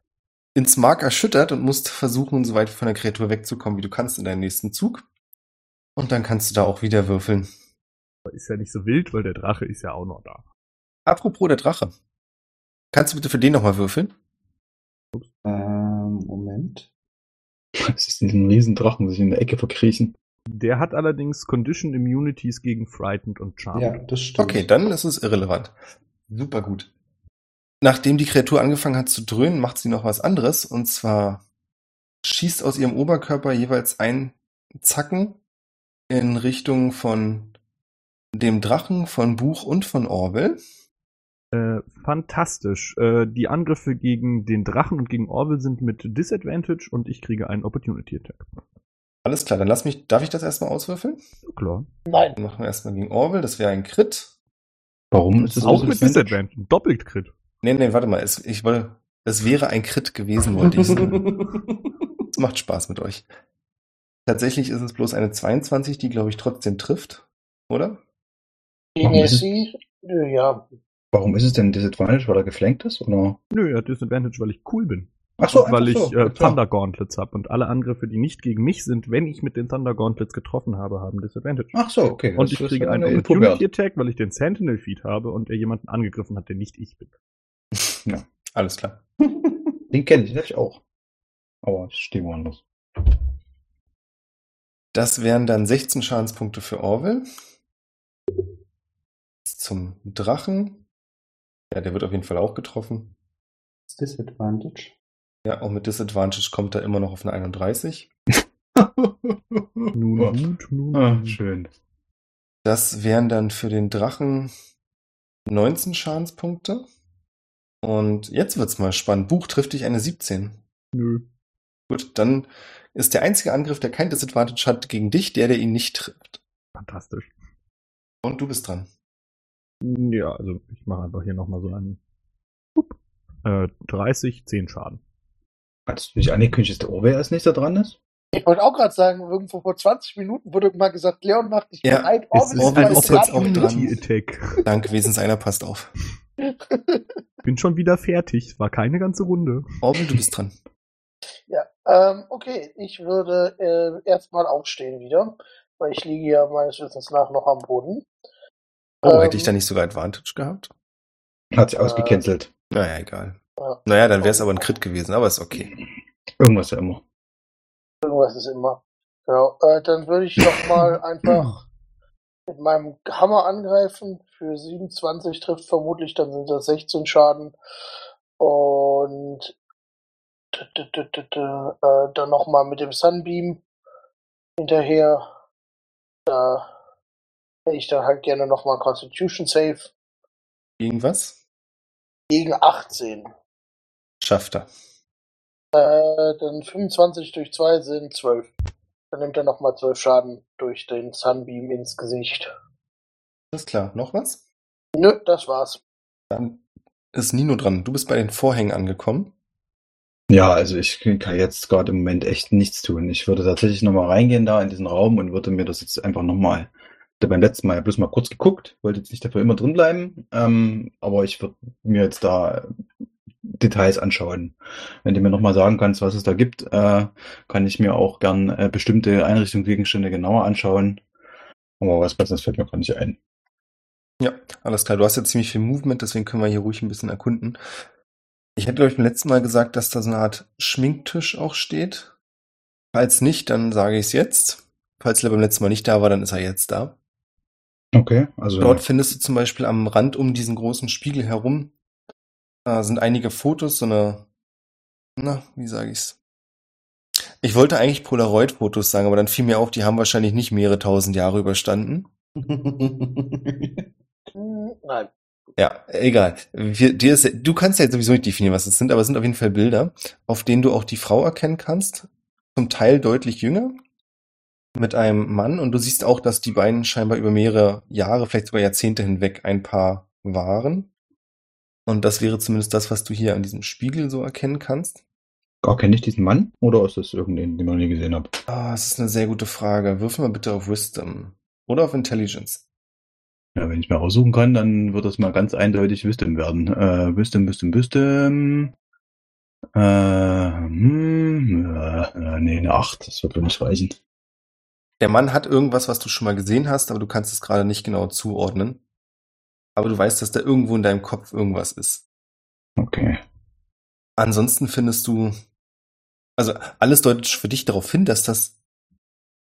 S3: ins Mark erschüttert und musst versuchen, so weit von der Kreatur wegzukommen, wie du kannst in deinen nächsten Zug. Und dann kannst du da auch wieder würfeln.
S2: Ist ja nicht so wild, weil der Drache ist ja auch noch da.
S3: Apropos der Drache. Kannst du bitte für den nochmal würfeln?
S4: Ähm, Moment.
S5: Es ist diesen riesen Drachen, sich in der Ecke verkriechen.
S2: Der hat allerdings Condition Immunities gegen Frightened und Charmed.
S4: Ja, das stimmt.
S3: Okay, dann ist es irrelevant. Super gut. Nachdem die Kreatur angefangen hat zu dröhnen, macht sie noch was anderes. Und zwar schießt aus ihrem Oberkörper jeweils ein Zacken in Richtung von dem Drachen, von Buch und von Orwell.
S2: Äh, fantastisch. Äh, die Angriffe gegen den Drachen und gegen Orwell sind mit Disadvantage und ich kriege einen Opportunity Attack.
S3: Alles klar, dann lass mich, darf ich das erstmal auswürfeln?
S2: Ja, klar.
S6: Nein.
S3: Dann machen wir erstmal gegen Orwell, das wäre ein Crit.
S5: Warum Hm, ist es
S2: Auch mit Disadvantage. Doppelt Crit.
S3: Nee, nee, warte mal, es, ich wollte, es wäre ein Crit gewesen, wollte ich sagen. Es macht Spaß mit euch. Tatsächlich ist es bloß eine 22, die, glaube ich, trotzdem trifft, oder?
S6: Gegen
S5: Warum ist es-
S6: Essie? Nö, äh, Ja.
S5: Warum ist es denn Disadvantage, weil er geflankt ist? Oder?
S2: Nö, er hat Disadvantage, weil ich cool bin.
S5: Ach
S2: und weil ich
S5: Ah.
S2: äh, Thunder Gauntlets habe. Und alle Angriffe, die nicht gegen mich sind, wenn ich mit den Thunder Gauntlets getroffen habe, haben Disadvantage.
S5: Ach so, okay.
S2: und
S5: Ah, das
S2: ich
S5: ist
S2: kriege
S5: dann
S2: einen
S5: eine Info
S2: Opportunity
S5: wert.
S2: Attack, weil ich den Sentinel Feed habe und er jemanden angegriffen hat, der nicht ich bin.
S3: Alles klar.
S5: Den kenne ich, den hab ich auch. Aber ich stehe woanders.
S3: Das wären dann 16 Schadenspunkte für Orwell. Zum Drachen. Ja, der wird auf jeden Fall auch getroffen.
S4: Das Disadvantage.
S3: Ja, auch mit Disadvantage kommt er immer noch auf eine 31.
S2: Nun
S5: Oh.
S2: gut, nun
S5: Ah,
S2: gut.
S5: schön.
S3: Das wären dann für den Drachen 19 Schadenspunkte. Und jetzt wird's mal spannend. Buch trifft dich eine 17.
S2: Nö.
S3: Gut, dann ist der einzige Angriff, der kein Disadvantage hat, gegen dich, der, der ihn nicht trifft.
S2: Fantastisch.
S3: Und du bist dran.
S2: Ja, also ich mache einfach hier nochmal so einen. Upp. Äh, 30, 10 Schaden.
S5: Kannst du dich angekündigt, dass der Orwell als nächster dran ist?
S6: Ich wollte auch gerade sagen, irgendwo vor 20 Minuten wurde mal gesagt, Leon macht dich
S3: Ja,
S6: bereit. Orwell
S2: Es
S3: ist
S6: bei
S3: ein
S6: der
S3: ist jetzt auch
S6: Radiominute.
S3: dran.
S2: Opportunity-Attack.
S3: Dank, wesens einer passt auf.
S2: Bin schon wieder fertig. War keine ganze Runde.
S3: Orwell, du bist dran.
S6: Ja, ähm, okay, ich würde äh, erstmal aufstehen wieder, weil ich liege ja meines Wissens nach noch am Boden.
S3: Oh,
S6: Ähm,
S3: hätte ich da nicht sogar Advantage gehabt?
S5: Hat sie
S6: Äh.
S5: ausgecancelt.
S3: Naja, egal.
S6: Ja.
S3: Naja, dann wäre es aber ein Crit gewesen, aber ist okay.
S5: Irgendwas ja immer.
S6: Irgendwas ist immer. Genau, äh, dann würde ich doch mal einfach mit meinem Hammer angreifen. Für 27 trifft vermutlich, dann sind das 16 Schaden. Und t- t- t- t- t- äh, dann nochmal mit dem Sunbeam hinterher. Da hätte ich dann halt gerne nochmal Constitution Save
S3: Irgendwas?
S6: gegen 18.
S3: Schafft er.
S6: Äh, dann 25 durch 2 sind 12. Dann nimmt er nochmal 12 Schaden durch den Sunbeam ins Gesicht.
S3: Alles klar. Noch was?
S6: Nö, das war's.
S3: Dann ist Nino dran. Du bist bei den Vorhängen angekommen.
S5: Ja, also ich kann jetzt gerade im Moment echt nichts tun. Ich würde tatsächlich nochmal reingehen da in diesen Raum und würde mir das jetzt einfach nochmal. Beim letzten Mal bloß mal kurz geguckt, wollte jetzt nicht dafür immer drin bleiben, ähm, aber ich würde mir jetzt da Details anschauen. Wenn du mir nochmal sagen kannst, was es da gibt, äh, kann ich mir auch gern äh, bestimmte Einrichtungsgegenstände genauer anschauen. Aber was Besseres fällt mir gar nicht ein.
S3: Ja, alles klar. Du hast ja ziemlich viel Movement, deswegen können wir hier ruhig ein bisschen erkunden. Ich hätte euch beim letzten Mal gesagt, dass da so eine Art Schminktisch auch steht. Falls nicht, dann sage ich es jetzt. Falls er beim letzten Mal nicht da war, dann ist er jetzt da.
S5: Okay, also
S3: Dort findest du zum Beispiel am Rand um diesen großen Spiegel herum äh, sind einige Fotos, so eine, na, wie sage ich's? Ich wollte eigentlich Polaroid-Fotos sagen, aber dann fiel mir auf, die haben wahrscheinlich nicht mehrere tausend Jahre überstanden.
S6: Hm, nein.
S3: Ja, egal. Wir, dir ist, du kannst ja jetzt sowieso nicht definieren, was es sind, aber es sind auf jeden Fall Bilder, auf denen du auch die Frau erkennen kannst, zum Teil deutlich jünger, mit einem Mann und du siehst auch, dass die beiden scheinbar über mehrere Jahre, vielleicht sogar Jahrzehnte hinweg ein Paar waren. Und das wäre zumindest das, was du hier an diesem Spiegel so erkennen kannst.
S5: gar kenne ich diesen Mann oder ist das irgendein, den ich noch nie gesehen habe?
S3: Ah, das ist eine sehr gute Frage. Wirf mal bitte auf Wisdom oder auf Intelligence.
S5: Ja, wenn ich mir raussuchen kann, dann wird das mal ganz eindeutig Wisdom werden. Äh, Wisdom, Wisdom, Wisdom. Äh, hm, äh, äh, nee, eine 8. Das wird wohl nicht reichen.
S3: Der Mann hat irgendwas, was du schon mal gesehen hast, aber du kannst es gerade nicht genau zuordnen. Aber du weißt, dass da irgendwo in deinem Kopf irgendwas ist.
S5: Okay.
S3: Ansonsten findest du, also alles deutet für dich darauf hin, dass das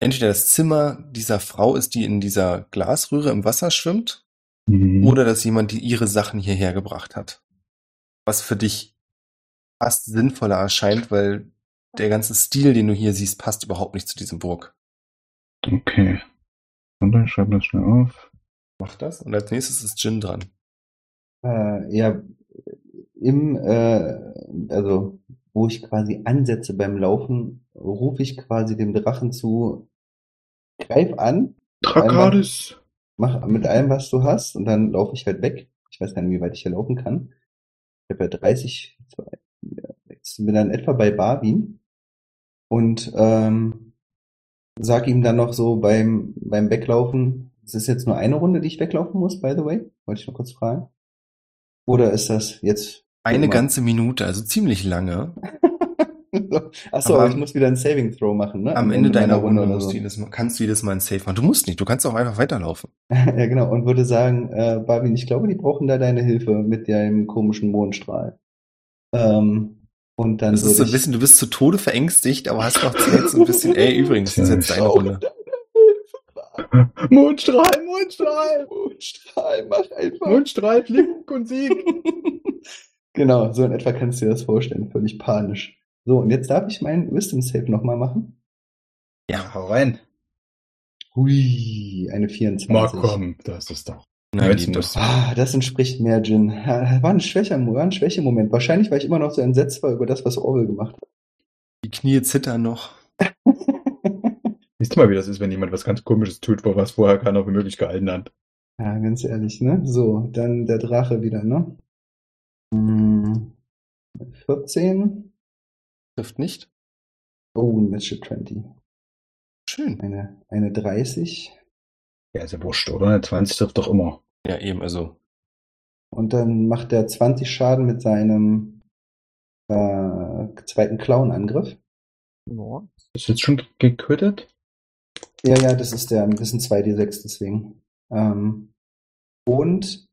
S3: entweder das Zimmer dieser Frau ist, die in dieser Glasröhre im Wasser schwimmt,
S5: Mhm.
S3: oder dass jemand die ihre Sachen hierher gebracht hat. Was für dich fast sinnvoller erscheint, weil der ganze Stil, den du hier siehst, passt überhaupt nicht zu diesem Burg.
S5: Okay. Und dann schreiben wir das schnell auf.
S3: Mach das. Und als nächstes ist Jin dran.
S4: Äh, ja, im, äh, also wo ich quasi ansetze beim Laufen, rufe ich quasi dem Drachen zu, greif an,
S5: Dracarys!
S4: mach
S3: Mhm.
S4: mit allem, was du hast, und dann laufe ich halt weg. Ich weiß gar nicht, wie weit ich hier laufen kann. Ich habe ja 30, zwei- ja, jetzt bin dann etwa bei Barbie und ähm, sag ihm dann noch so beim, beim Weglaufen, es ist jetzt nur eine Runde, die ich weglaufen muss, by the way, wollte ich nur kurz fragen. Oder ist das jetzt
S3: Eine
S4: Guck mal.
S3: ganze Minute, also ziemlich lange.
S4: Achso,
S3: Aber
S4: aber,
S3: am-
S4: ich muss wieder einen Saving Throw machen, ne?
S3: Am Ende deiner
S4: meiner
S3: Runde
S4: oder
S3: musst du
S4: so.
S3: jedes mal, kannst du jedes Mal ein Safe machen. Du musst nicht, du kannst auch einfach weiterlaufen.
S4: Ja, genau. Und würde sagen, äh, Barwin, ich glaube, die brauchen da deine Hilfe mit deinem komischen Mondstrahl. Ähm, und dann
S3: Das ist so
S4: würde
S3: ein
S4: ich
S3: bisschen, du bist zu Tode verängstigt, aber hast noch Zeit so ein bisschen, ey, übrigens, das ist jetzt deine
S4: auch
S3: Runde.
S4: deine
S5: Mondstrahl, Mondstrahl!
S4: Hilfe. Mondstrahl, mach einfach.
S5: Mondstrahl, Blick und Sieg!
S4: genau, so in etwa kannst du dir das vorstellen. Völlig panisch. So, und jetzt darf ich meinen Wisdom Save nochmal machen.
S5: Ja, Ah, hau rein.
S4: Hui, eine 24.
S5: Mal komm, das ist doch.
S3: Na,
S5: Wenn's
S3: geht
S5: muss.
S3: doch.
S4: Ah, das entspricht mehr Jin. Ah, War ein schwächer, war ein schwächer Moment. Wahrscheinlich, weil ich immer noch so entsetzt war über das, was Orwell gemacht
S3: Die Knie zittern noch.
S4: hat.
S5: Siehst du mal, wie das ist, wenn jemand was ganz Komisches tut, wo was vorher keiner für möglich gehalten hat.
S4: ja, ganz ehrlich, ne? So, dann der Drache wieder, ne? Hm, 14.
S3: Trifft nicht.
S4: Oh, Natural 20.
S3: Schön.
S4: Eine, eine 30.
S5: Ja, ist ja wurscht, oder? Eine 20 trifft doch immer.
S3: Ja, eben, also.
S4: Und dann macht er 20 Schaden mit seinem äh, zweiten Clown-Angriff.
S1: Ja.
S5: Ist jetzt schon gekrittet?
S4: Ja, ja, das ist der, das sind 2D6 deswegen. Ähm, und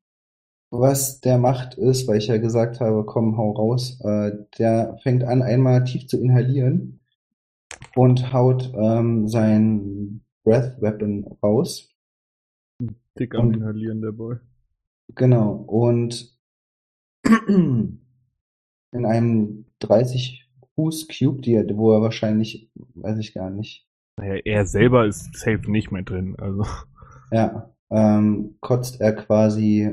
S4: was der macht ist, weil ich ja gesagt habe, komm, hau raus, äh, der fängt an, einmal tief zu inhalieren und haut ähm, sein Breath Weapon raus.
S2: Dick am
S4: Und-
S2: Inhalieren, der Boy.
S4: Genau, und in einem 30 Fuß Cube, die er, wo er wahrscheinlich, weiß ich gar nicht,
S2: Naja, er selber ist safe nicht mehr drin, also.
S4: ja, ähm, kotzt er quasi,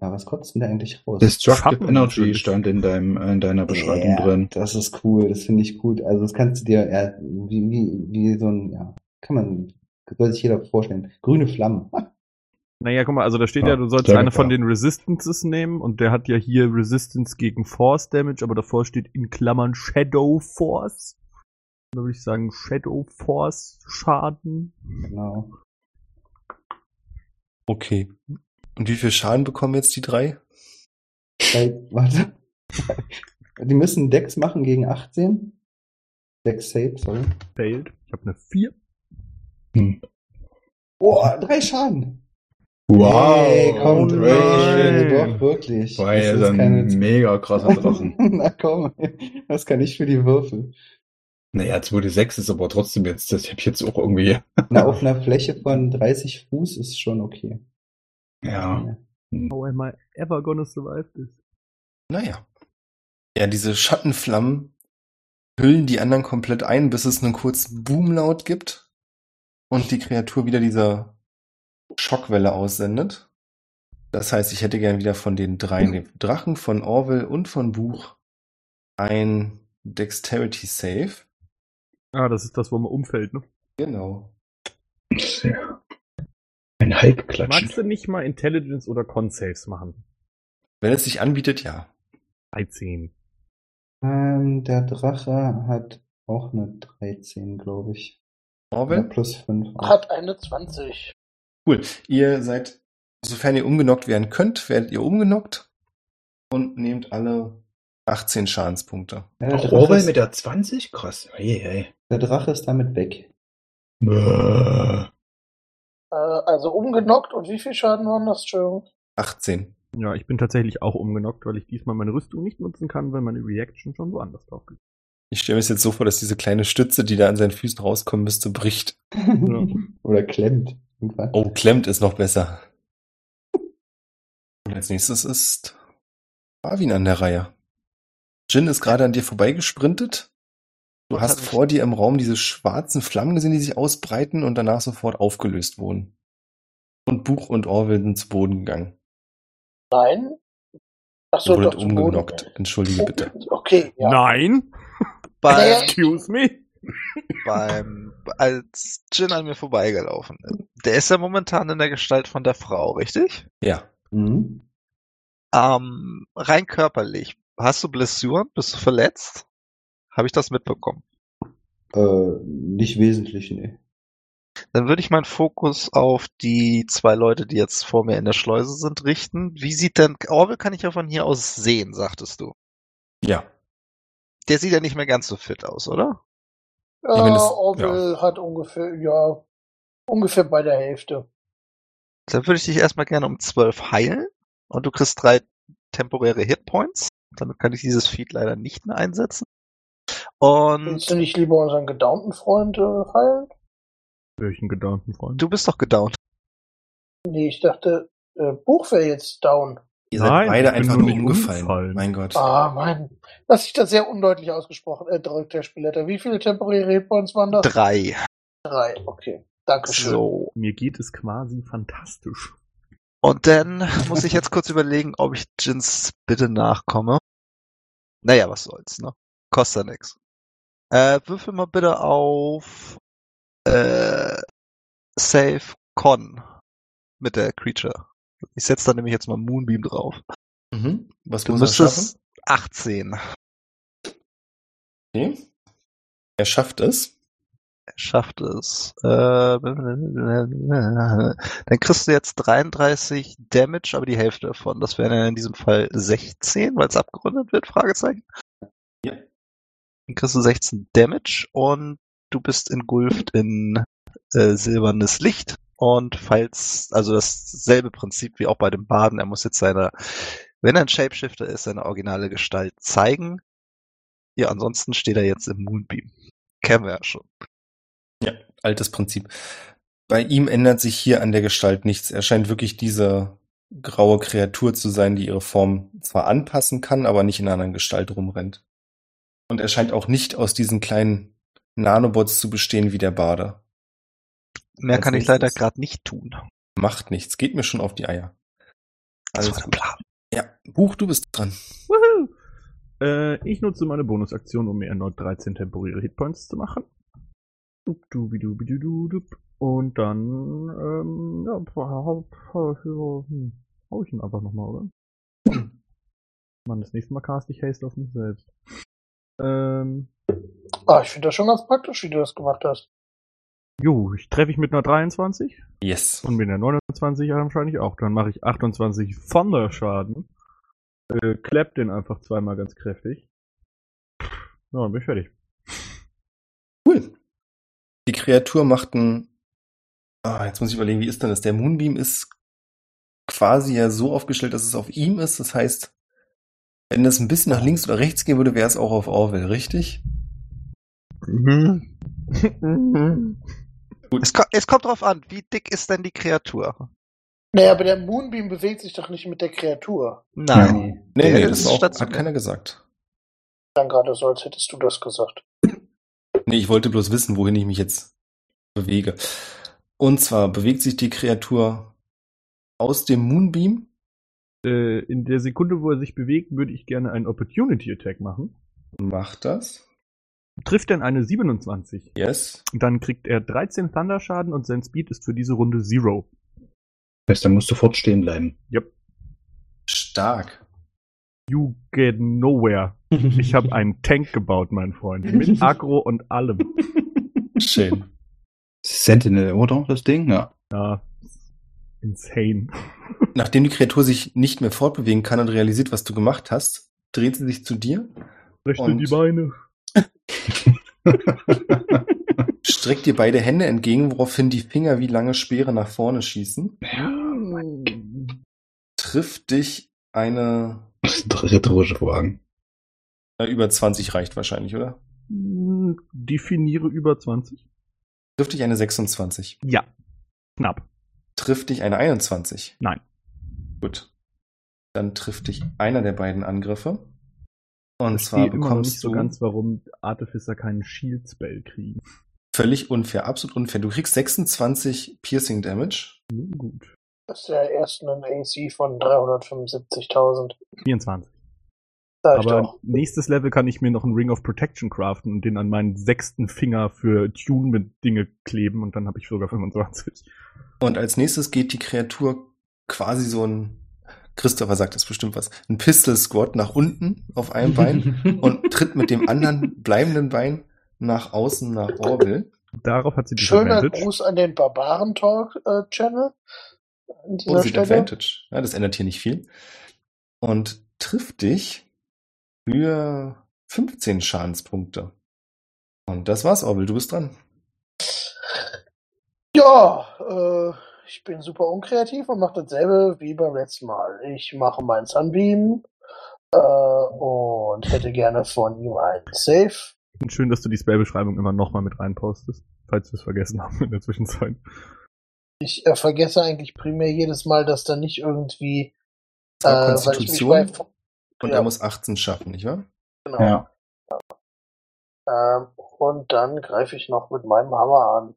S4: ja, was kotzt denn der eigentlich raus?
S5: Destructive
S2: Schatten
S5: Energy
S2: natürlich.
S5: stand in, deinem, in deiner Beschreibung
S4: Ja,
S5: drin.
S4: Das ist cool, das finde ich gut. Also das kannst du dir ja, wie, wie, wie so ein, ja, kann man, soll sich jeder vorstellen. Grüne Flammen.
S2: Naja, guck mal, also da steht ja,
S5: Ja,
S2: du sollst
S5: sehr
S2: eine
S5: gut,
S2: von
S5: ja.
S2: den Resistances nehmen und der hat ja hier Resistance gegen Force Damage, aber davor steht in Klammern Shadow Force. Da würde ich sagen Shadow Force Schaden.
S4: Genau.
S3: Okay. Und wie viel Schaden bekommen jetzt die drei?
S4: Weil, warte. Die müssen Decks machen gegen 18. Dex Save, sorry.
S2: Failed. Ich habe eine 4.
S4: Oh, drei Schaden.
S5: Wow!
S4: Hey, kommt
S2: Oh
S4: wirklich.
S2: nein.
S4: Doch, wirklich.
S5: War ja
S4: Das ist
S5: dann
S4: keine-
S5: mega krasser Drachen.
S4: Na komm, das kann ich für die Würfel.
S5: naja, 2D6 ist aber trotzdem jetzt, das hab ich jetzt auch irgendwie.
S4: Na, auf einer Fläche von 30 Fuß ist schon okay.
S5: Ja.
S2: How am I ever gonna survive this?
S3: Naja. Ja, diese Schattenflammen hüllen die anderen komplett ein, bis es einen kurzen Boomlaut gibt und die Kreatur wieder diese Schockwelle aussendet. Das heißt, ich hätte gern wieder von den drei dem Drachen, von Orwell und von Buch ein Dexterity Save.
S2: Ah, das ist das, wo man umfällt, ne?
S3: Genau.
S5: Sehr. Ein Hype klatschen.
S2: Magst du nicht mal Intelligence oder Con Saves machen?
S3: Wenn es sich anbietet, ja.
S2: 13.
S4: Ähm, der Drache hat auch eine 13, glaube ich. Oder
S3: Orwell?
S4: plus 5.
S6: Hat eine 20.
S3: Cool. Ihr seid, sofern ihr umgenockt werden könnt, werdet ihr umgenockt und nehmt alle 18 Schadenspunkte.
S4: Ja, der,
S5: Auch
S4: Drache
S5: Orwell
S4: ist,
S5: mit der 20? Krass. Hey, hey.
S4: der Drache ist damit weg.
S5: Bäh.
S6: Äh, also umgenockt und wie viel Schaden waren das schon?
S3: 18.
S2: Ja, ich bin tatsächlich auch umgenockt, weil ich diesmal meine Rüstung nicht nutzen kann, weil meine Reaction schon woanders drauf geht.
S3: Ich stelle mir das jetzt so vor, dass diese kleine Stütze, die da an seinen Füßen rauskommen müsste, bricht.
S4: Oder klemmt. Irgendwann.
S3: Oh, klemmt ist noch besser. Und als nächstes ist Barwin an der Reihe. Jin ist gerade an dir vorbeigesprintet. Du hast vor dir im Raum diese schwarzen Flammen gesehen, die sich ausbreiten und danach sofort aufgelöst wurden. Und Buch und Orwell sind zu Boden gegangen.
S6: Nein. Ach
S3: Du
S6: so,
S3: wurdet
S6: doch zum Boden. Oh.
S3: umgenockt. Entschuldige bitte.
S6: Okay, ja.
S2: Nein!
S1: Beim,
S2: Excuse me!
S1: beim, als Jin an mir vorbeigelaufen ist. Der ist ja momentan in der Gestalt von der Frau, richtig?
S3: Ja.
S4: Mhm.
S1: Ähm, rein körperlich. Hast du Blessuren? Bist du verletzt? Habe ich das mitbekommen?
S4: Äh, nicht wesentlich, nee.
S1: Dann würde ich meinen Fokus auf die zwei Leute, die jetzt vor mir in der Schleuse sind, richten. Wie sieht denn, Orwell kann ich ja von hier aus sehen, sagtest du.
S3: Ja.
S1: Der sieht ja nicht mehr ganz so fit aus, oder?
S6: Ja,
S3: Ich meine, das-
S6: Orwell hat ungefähr, ja, ungefähr bei der Hälfte.
S1: Dann würde ich dich erstmal gerne um 12 heilen und du kriegst drei temporäre Hitpoints. Damit kann ich dieses Feed leider nicht mehr einsetzen. Und Hm.
S6: Willst du nicht lieber unseren gedownten Freund äh, heilen?
S2: Welchen Gedanken, Freund?
S1: du bist doch gedownt.
S6: Nee, ich dachte, äh, Buch wäre jetzt down.
S3: Ihr
S2: Nein,
S3: seid beide
S2: ich bin
S3: einfach
S2: nur
S3: nur
S2: nicht
S3: umgefallen.
S2: umgefallen.
S3: Mein Gott.
S6: Ah, Mann. Das ist das sehr undeutlich ausgesprochen, äh, drückt der Spielleiter. Wie viele temporäre Hitpoints waren das?
S1: Drei.
S6: Drei. Okay. Dankeschön.
S1: So.
S2: Mir geht es quasi fantastisch.
S1: Und dann muss ich jetzt kurz überlegen, ob ich Jins Bitte nachkomme. Naja, was soll's, ne? Kostet ja nix. Äh, würfel mal bitte auf äh, Save Con mit der Creature. Ich setze da nämlich jetzt mal Moonbeam drauf.
S3: Mhm. Was
S1: Du
S3: muss er schaffen?
S1: müsstest 18.
S3: Okay. Er schafft es.
S1: Er schafft es. Äh, dann kriegst du jetzt 33 Damage, aber die Hälfte davon. Das wären ja in diesem Fall 16, weil es abgerundet wird, Fragezeichen.
S3: Ja.
S1: Dann kriegst du 16 Damage und du bist engulft in äh, silbernes Licht. Und falls, also dasselbe Prinzip wie auch bei dem Baden, er muss jetzt seine, wenn er ein Shapeshifter ist, seine originale Gestalt zeigen. Ja, ansonsten steht er jetzt im Moonbeam. Kennen wir ja schon.
S3: Altes Prinzip. Bei ihm ändert sich hier an der Gestalt nichts. Er scheint wirklich diese graue Kreatur zu sein, die ihre Form zwar anpassen kann, aber nicht in einer anderen Gestalt rumrennt. Und er scheint auch nicht aus diesen kleinen Nanobots zu bestehen wie der Bade.
S1: Mehr
S3: Als
S1: kann ich leider
S3: nächstes.
S1: gerade nicht tun.
S3: Macht nichts. Geht mir schon auf die Eier.
S1: Das
S3: Alles
S1: war der
S3: gut.
S1: Plan.
S3: Ja, Buch, du bist dran.
S2: Woohoo! Äh, ich nutze meine Bonusaktion, um mir erneut 13 temporäre Hitpoints zu machen. Dup, dubi, dubi, du, du, dup. Und dann, ähm, ja, pf- hau hau- hau- hm, hau ich ihn einfach nochmal, oder? Mann, das nächste Mal cast ich Haste auf mich selbst. Ähm,
S6: Ah, ich finde das schon ganz praktisch, wie du das gemacht hast.
S2: jo, ich treffe ich mit einer 23
S3: Yes.
S2: und mit einer 29 wahrscheinlich auch. Dann mache ich 28 Thunderschaden. Äh, clap den einfach zweimal ganz kräftig. Ja, dann bin ich fertig.
S3: Cool. Die Kreatur macht ein. Ah, jetzt muss ich überlegen, wie ist denn das? Der Moonbeam ist quasi ja so aufgestellt, dass es auf ihm ist. Das heißt, wenn es ein bisschen nach links oder rechts gehen würde, wäre es auch auf Orwell, richtig?
S1: Es, ko es kommt drauf an, wie dick ist denn die Kreatur?
S6: Naja, aber der Moonbeam bewegt sich doch nicht mit der Kreatur.
S1: Nein.
S3: Nee,
S1: Ja,
S3: nee,
S1: das
S3: das
S1: ist
S3: war auch, hat
S1: stationär.
S3: keiner gesagt.
S6: Dann gerade so, als hättest du das gesagt.
S3: Nee, ich wollte bloß wissen, wohin ich mich jetzt bewege. Und zwar bewegt sich die Kreatur aus dem Moonbeam.
S2: äh, in der Sekunde, wo er sich bewegt, würde ich gerne einen Opportunity Attack machen.
S3: Macht das.
S2: Trifft dann eine 27.
S3: Yes.
S2: Und dann kriegt er 13 Thunderschaden und sein Speed ist für diese Runde Zero.
S5: Das heißt, da musst du sofort stehen bleiben.
S3: Stark.
S2: You get nowhere. Ich habe einen Tank gebaut, mein Freund. Mit Agro und allem.
S3: Schön.
S5: Sentinel, oder? Das Ding? Ja.
S2: Ja. Insane.
S3: Nachdem die Kreatur sich nicht mehr fortbewegen kann und realisiert, was du gemacht hast, dreht sie sich zu dir,
S2: Rechte
S3: Und-
S2: die Beine.
S3: streckt dir beide Hände entgegen, woraufhin die Finger wie lange Speere nach vorne schießen. Trifft dich eine
S5: Das sind rhetorische Fragen.
S3: äh, über 20 reicht wahrscheinlich, oder?
S2: Hm, Definiere über 20.
S3: Trifft dich eine 26.
S2: Ja. Knapp.
S3: Trifft dich eine 21.
S2: Nein.
S3: Gut. Dann trifft dich einer der beiden Angriffe. Und zwar
S2: Verstehe immer noch
S3: bekommst
S2: nicht so
S3: du
S2: ganz, warum Artificer keinen Shield-Spell kriegen.
S3: völlig unfair, absolut unfair. Du kriegst 26 Piercing Damage.
S2: Nun gut.
S6: Das ist ja erst ein AC von 375.000.
S2: 24.
S6: Sag ich
S2: Aber
S6: doch.
S2: nächstes Level kann ich mir noch einen Ring of Protection craften und den an meinen sechsten Finger für Tune-Dinge kleben und dann habe ich sogar 25.
S3: Und als nächstes geht die Kreatur quasi so ein, Christopher sagt das bestimmt was, ein Pistol Squat nach unten auf einem Bein und tritt mit dem anderen bleibenden Bein nach außen nach Orville.
S2: Darauf hat sie
S6: Schöner
S2: Disadvantage.
S6: Gruß an den Barbaren-Talk-Channel an
S3: Oh,
S6: dieser
S3: sie hat
S6: Stelle.
S3: Advantage. Ja, das ändert hier nicht viel. Und trifft dich für 15 Schadenspunkte. Und das war's, Orville, du bist dran.
S6: Ja, äh, ich bin super unkreativ und mache dasselbe wie beim letzten Mal. Ich mache meinen Sunbeam äh, und hätte gerne von ihm einen Safe.
S2: Und schön, dass du die Spellbeschreibung immer nochmal mit reinpostest, falls wir es vergessen haben in der Zwischenzeit.
S6: Ich äh, vergesse eigentlich primär jedes Mal, dass da nicht irgendwie äh,
S3: Das war
S6: weil ich mich
S3: Konstitution
S6: bei,
S3: und
S6: ja.
S3: er muss 18 schaffen, nicht wahr?
S6: genau.
S5: Ja.
S6: Ähm, und dann greife ich noch mit meinem Hammer an.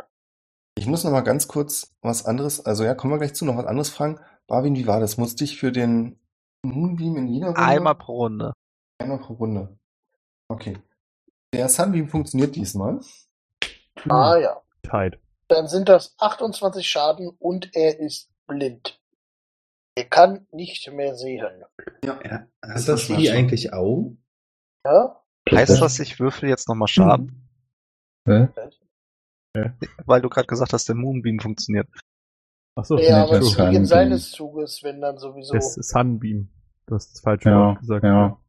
S3: Ich muss noch mal ganz kurz was anderes, also ja, kommen wir gleich zu, noch was anderes fragen. Barwin, wie war das? Musste ich für den Moonbeam in jeder Runde?
S1: Einmal pro Runde.
S3: Einmal pro Runde. Okay. Der Sunbeam funktioniert diesmal.
S6: Ah ja.
S2: Tight.
S6: Dann sind das 28 Schaden und er ist blind. Er kann nicht mehr sehen.
S4: Ja, hast
S3: Das
S4: das
S3: war
S4: die
S3: schon.
S4: eigentlich auch?
S6: Ja?
S1: Heißt das, ich würfel jetzt nochmal Schaden?
S5: Hä?
S1: Weil du gerade gesagt hast, der Moonbeam funktioniert.
S2: Achso,
S6: ja, aber
S5: das
S6: zu
S5: kann
S6: Beginn
S5: sein.
S6: seines Zuges, wenn dann sowieso.
S2: das Sunbeam. Du hast das falsche
S5: Ja,
S2: Wort gesagt.
S5: Genau, ja.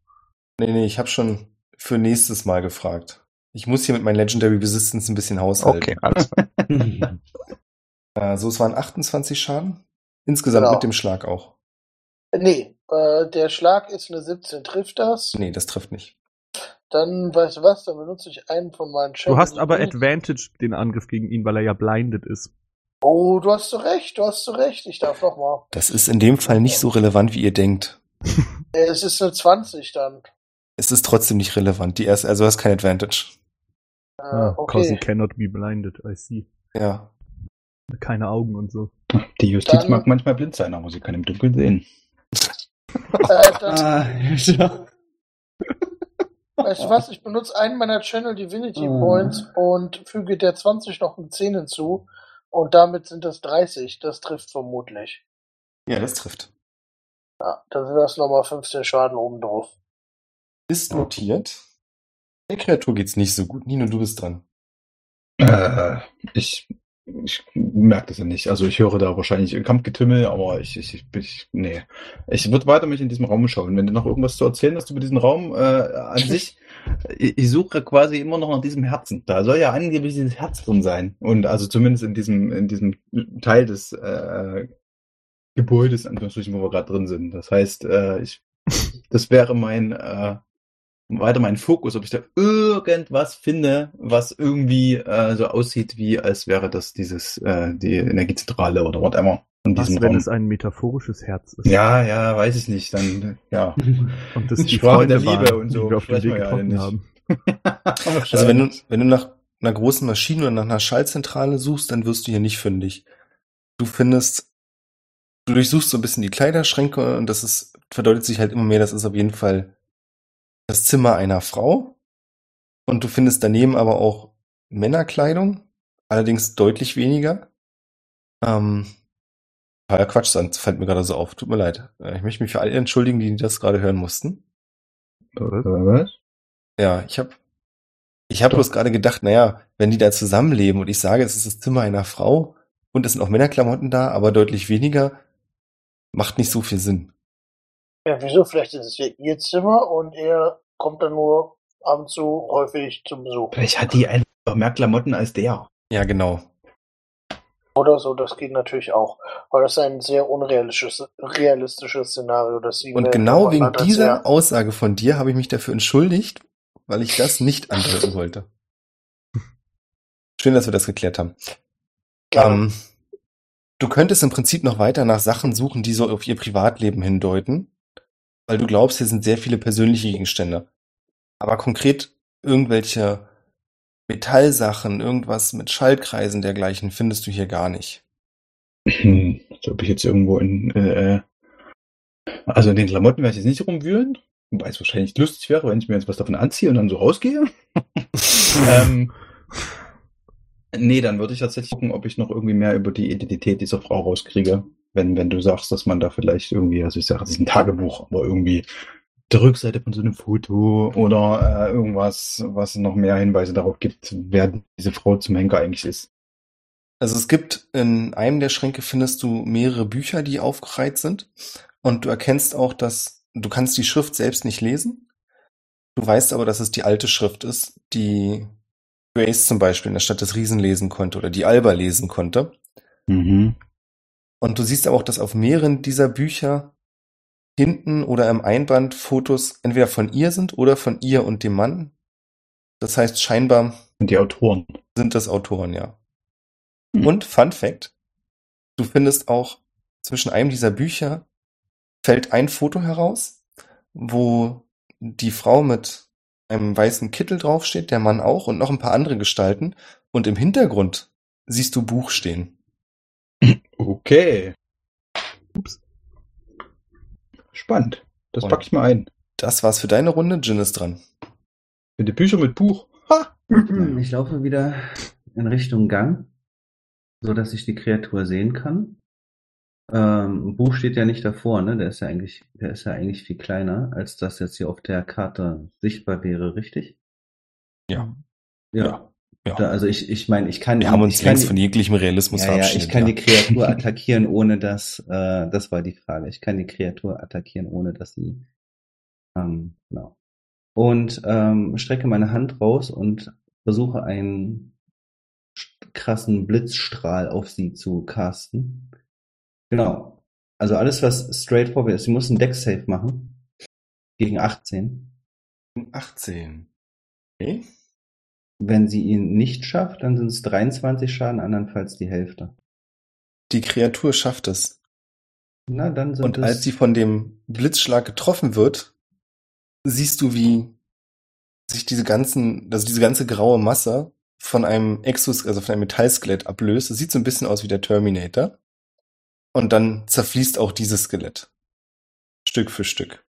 S3: Nee, nee, ich habe schon für nächstes Mal gefragt. Ich muss hier mit meinen Legendary Resistance ein bisschen haushalten.
S1: Okay, alles klar.
S3: Äh, so, es waren 28 Schaden. Insgesamt
S6: Genau.
S3: mit dem Schlag auch.
S6: Nee, äh, der Schlag ist eine 17, trifft das.
S3: Nee, das trifft nicht.
S6: Dann, weißt du was, dann benutze ich einen von meinen
S2: Du
S6: Channels.
S2: hast aber Advantage den Angriff gegen ihn, weil er ja blinded ist.
S6: Oh, du hast so recht, du hast so recht. Ich darf nochmal.
S3: Das ist in dem Fall nicht so relevant, wie ihr denkt.
S6: Äh, Es ist eine 20 dann.
S3: Es ist trotzdem nicht relevant. Die erste, also du hast kein Advantage.
S6: Äh,
S2: Ah, Cause he
S6: okay.
S2: cannot be blinded, I see.
S3: Ja.
S2: Keine Augen und so.
S5: Die Justiz
S6: Dann-
S5: mag manchmal blind sein, aber sie kann im Dunkeln sehen.
S6: Äh, dann,
S4: ah, ja.
S6: weißt du was, ich benutze einen meiner Channel Divinity
S4: Ah.
S6: Points und füge der 20 noch eine 10 hinzu. Und damit sind das 30. Das trifft vermutlich.
S3: Ja, das trifft.
S6: Ja, dann sind das nochmal 15 Schaden oben drauf.
S3: Ist notiert. Der Kreatur geht's nicht so gut. Nino, du bist dran.
S5: Äh, ich, ich merke das ja nicht. Also ich höre da wahrscheinlich Kampfgetümmel, aber ich, ich, ich, ich nee. Ich würde weiter mich in diesem Raum schauen. Wenn du noch irgendwas zu erzählen hast über diesen Raum äh, an sich, ich, ich suche quasi immer noch nach diesem Herzen. Da soll ja angeblich dieses Herz drin sein. Und also zumindest in diesem, in diesem Teil des äh, Gebäudes, in Anführungsstrichen, wo wir gerade drin sind. Das heißt, äh, ich, das wäre mein äh, weiter mein Fokus, ob ich da irgendwas finde, was irgendwie äh, so aussieht, wie als wäre das dieses äh, die Energiezentrale oder whatever in
S2: Was,
S5: diesem
S2: wenn
S5: Raum.
S2: es ein metaphorisches Herz ist?
S5: Ja, ja, weiß ich nicht. Dann ja.
S2: Und das die
S5: Sprache
S2: Freunde
S5: der Liebe
S2: waren,
S5: und so,
S2: die wir auf dem
S5: sprechen
S2: Weg
S5: wir ja alle
S2: getroffen
S5: nicht.
S2: haben.
S3: Also wenn du, wenn du nach einer großen Maschine oder nach einer Schallzentrale suchst, dann wirst du hier nicht fündig. Du findest, du durchsuchst so ein bisschen die Kleiderschränke und das ist, verdeutet sich halt immer mehr, das ist auf jeden Fall das Zimmer einer Frau. Und du findest daneben aber auch Männerkleidung, allerdings deutlich weniger. Ähm, ja, Quatsch, das fällt mir gerade so auf. Tut mir leid. Äh, Ich möchte mich für alle entschuldigen, die das gerade hören mussten.
S5: Was?
S3: Ja, ich habe ich hab bloß gerade gedacht, naja, wenn die da zusammenleben und ich sage, es ist das Zimmer einer Frau und es sind auch Männerklamotten da, aber deutlich weniger, macht nicht so viel Sinn.
S6: Ja, wieso? Vielleicht ist es ja ihr Zimmer und er kommt dann nur ab und zu häufig zum Besuch.
S5: Vielleicht hat die einfach mehr Klamotten als der.
S3: Ja, genau.
S6: Oder so, das geht natürlich auch. Aber das ist ein sehr unrealistisches realistisches Szenario, dass sie.
S3: Und
S6: eine
S3: genau
S6: Nummer
S3: wegen
S6: hat als
S3: dieser
S6: er.
S3: Aussage von dir habe ich mich dafür entschuldigt, weil ich das nicht antworten wollte. Schön, dass wir das geklärt haben.
S6: Gerne.
S3: Ähm, du könntest im Prinzip noch weiter nach Sachen suchen, die so auf ihr Privatleben hindeuten, weil du glaubst, hier sind sehr viele persönliche Gegenstände. Aber konkret irgendwelche Metallsachen, irgendwas mit Schaltkreisen dergleichen findest du hier gar nicht.
S5: Hm, als ob ich jetzt irgendwo in, äh, äh, also in den Klamotten werde ich jetzt nicht rumwühlen, wobei es wahrscheinlich lustig wäre, wenn ich mir jetzt was davon anziehe und dann so rausgehe. ähm, nee, dann würde ich tatsächlich gucken, ob ich noch irgendwie mehr über die Identität dieser Frau rauskriege. Wenn, wenn du sagst, dass man da vielleicht irgendwie, also ich sage, das ist ein Tagebuch, aber irgendwie die Rückseite von so einem Foto oder äh, irgendwas, was noch mehr Hinweise darauf gibt, wer diese Frau zum Henker eigentlich ist.
S3: Also es gibt in einem der Schränke findest du mehrere Bücher, die aufgereiht sind. Und du erkennst auch, dass du kannst die Schrift selbst nicht lesen. Du weißt aber, dass es die alte Schrift ist, die Grace zum Beispiel in der Stadt des Riesen lesen konnte oder die Alba lesen konnte.
S5: Mhm.
S3: Und du siehst aber auch, dass auf mehreren dieser Bücher hinten oder im Einband Fotos entweder von ihr sind oder von ihr und dem Mann. Das heißt, scheinbar
S5: Und die Autoren.
S3: sind das Autoren, ja.
S5: Hm.
S3: Und Fun Fact, du findest auch zwischen einem dieser Bücher fällt ein Foto heraus, wo die Frau mit einem weißen Kittel draufsteht, der Mann auch und noch ein paar andere Gestalten. Und im Hintergrund siehst du Buch stehen.
S5: Okay. Ups. Spannend. Das
S3: Und-
S5: packe ich mal ein.
S3: Das war's für deine Runde. Jin ist dran.
S5: Mit den Büchern mit Buch. Ha!
S4: Hm, Ich laufe wieder in Richtung Gang, so dass ich die Kreatur sehen kann. Ähm, Buch steht ja nicht davor, ne? Der ist ja eigentlich, der ist ja eigentlich viel kleiner, als das jetzt hier auf der Karte sichtbar wäre, richtig?
S3: Ja.
S4: Ja.
S3: Ja. Ja.
S4: Da, also ich, ich meine, ich kann.
S3: Wir haben uns
S4: ich kann
S3: längst
S4: die-
S3: von jeglichem Realismus
S4: ja, ja,
S3: verabschiedet.
S4: ich kann die Kreatur attackieren, ohne dass, äh, das war die Frage. Ich kann die Kreatur attackieren, ohne dass sie, ähm, genau. Und ähm, strecke meine Hand raus und versuche einen st- krassen Blitzstrahl auf sie zu casten. Genau. Also alles, was straightforward ist. Sie muss einen Deck-Save machen. Gegen 18.
S3: 18. Okay.
S4: Wenn sie ihn nicht schafft, dann sind es 23 Schaden, andernfalls die Hälfte.
S3: Die Kreatur schafft es.
S4: Na, dann sind
S3: Und
S4: es...
S3: als sie von dem Blitzschlag getroffen wird, siehst du, wie sich diese ganzen, also diese ganze graue Masse von einem Exos, also von einem Metallskelett ablöst. Es sieht so ein bisschen aus wie der Terminator. Und dann zerfließt auch dieses Skelett. Stück für Stück.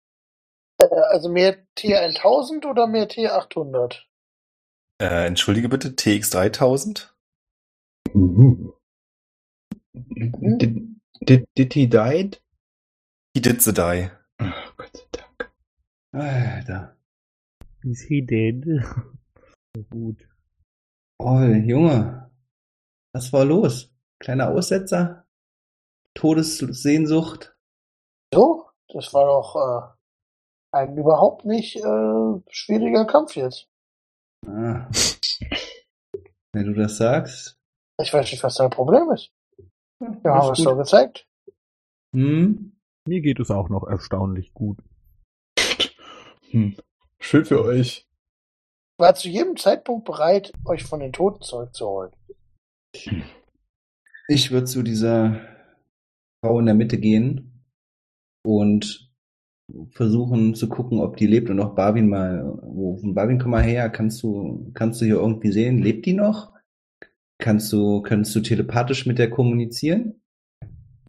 S6: Äh, Also mehr T1000 oder mehr T800?
S3: Äh, entschuldige bitte, TX3000?
S5: Mhm. Did, did, did he died?
S3: He did the die.
S5: Ach, Gott sei Dank.
S4: Alter.
S2: Is he dead? Gut.
S4: Oh, Junge, was war los? Kleiner Aussetzer? Todessehnsucht?
S6: So, das war doch äh, ein überhaupt nicht äh, schwieriger Kampf jetzt.
S4: Ah. Wenn du das sagst.
S6: Ich weiß nicht, was dein Problem ist. Wir haben
S4: ist
S6: es doch
S4: gut.
S6: gezeigt.
S4: Hm?
S2: Mir geht es auch noch erstaunlich gut.
S5: Hm. Schön für euch.
S6: Ich war zu jedem Zeitpunkt bereit, euch von den Toten zurückzuholen.
S4: Ich würde zu dieser Frau in der Mitte gehen und versuchen zu gucken, ob die lebt und auch Barwin mal rufen. Barwin, komm mal her, kannst du, kannst du hier irgendwie sehen? Lebt die noch? Kannst du, kannst du telepathisch mit der kommunizieren?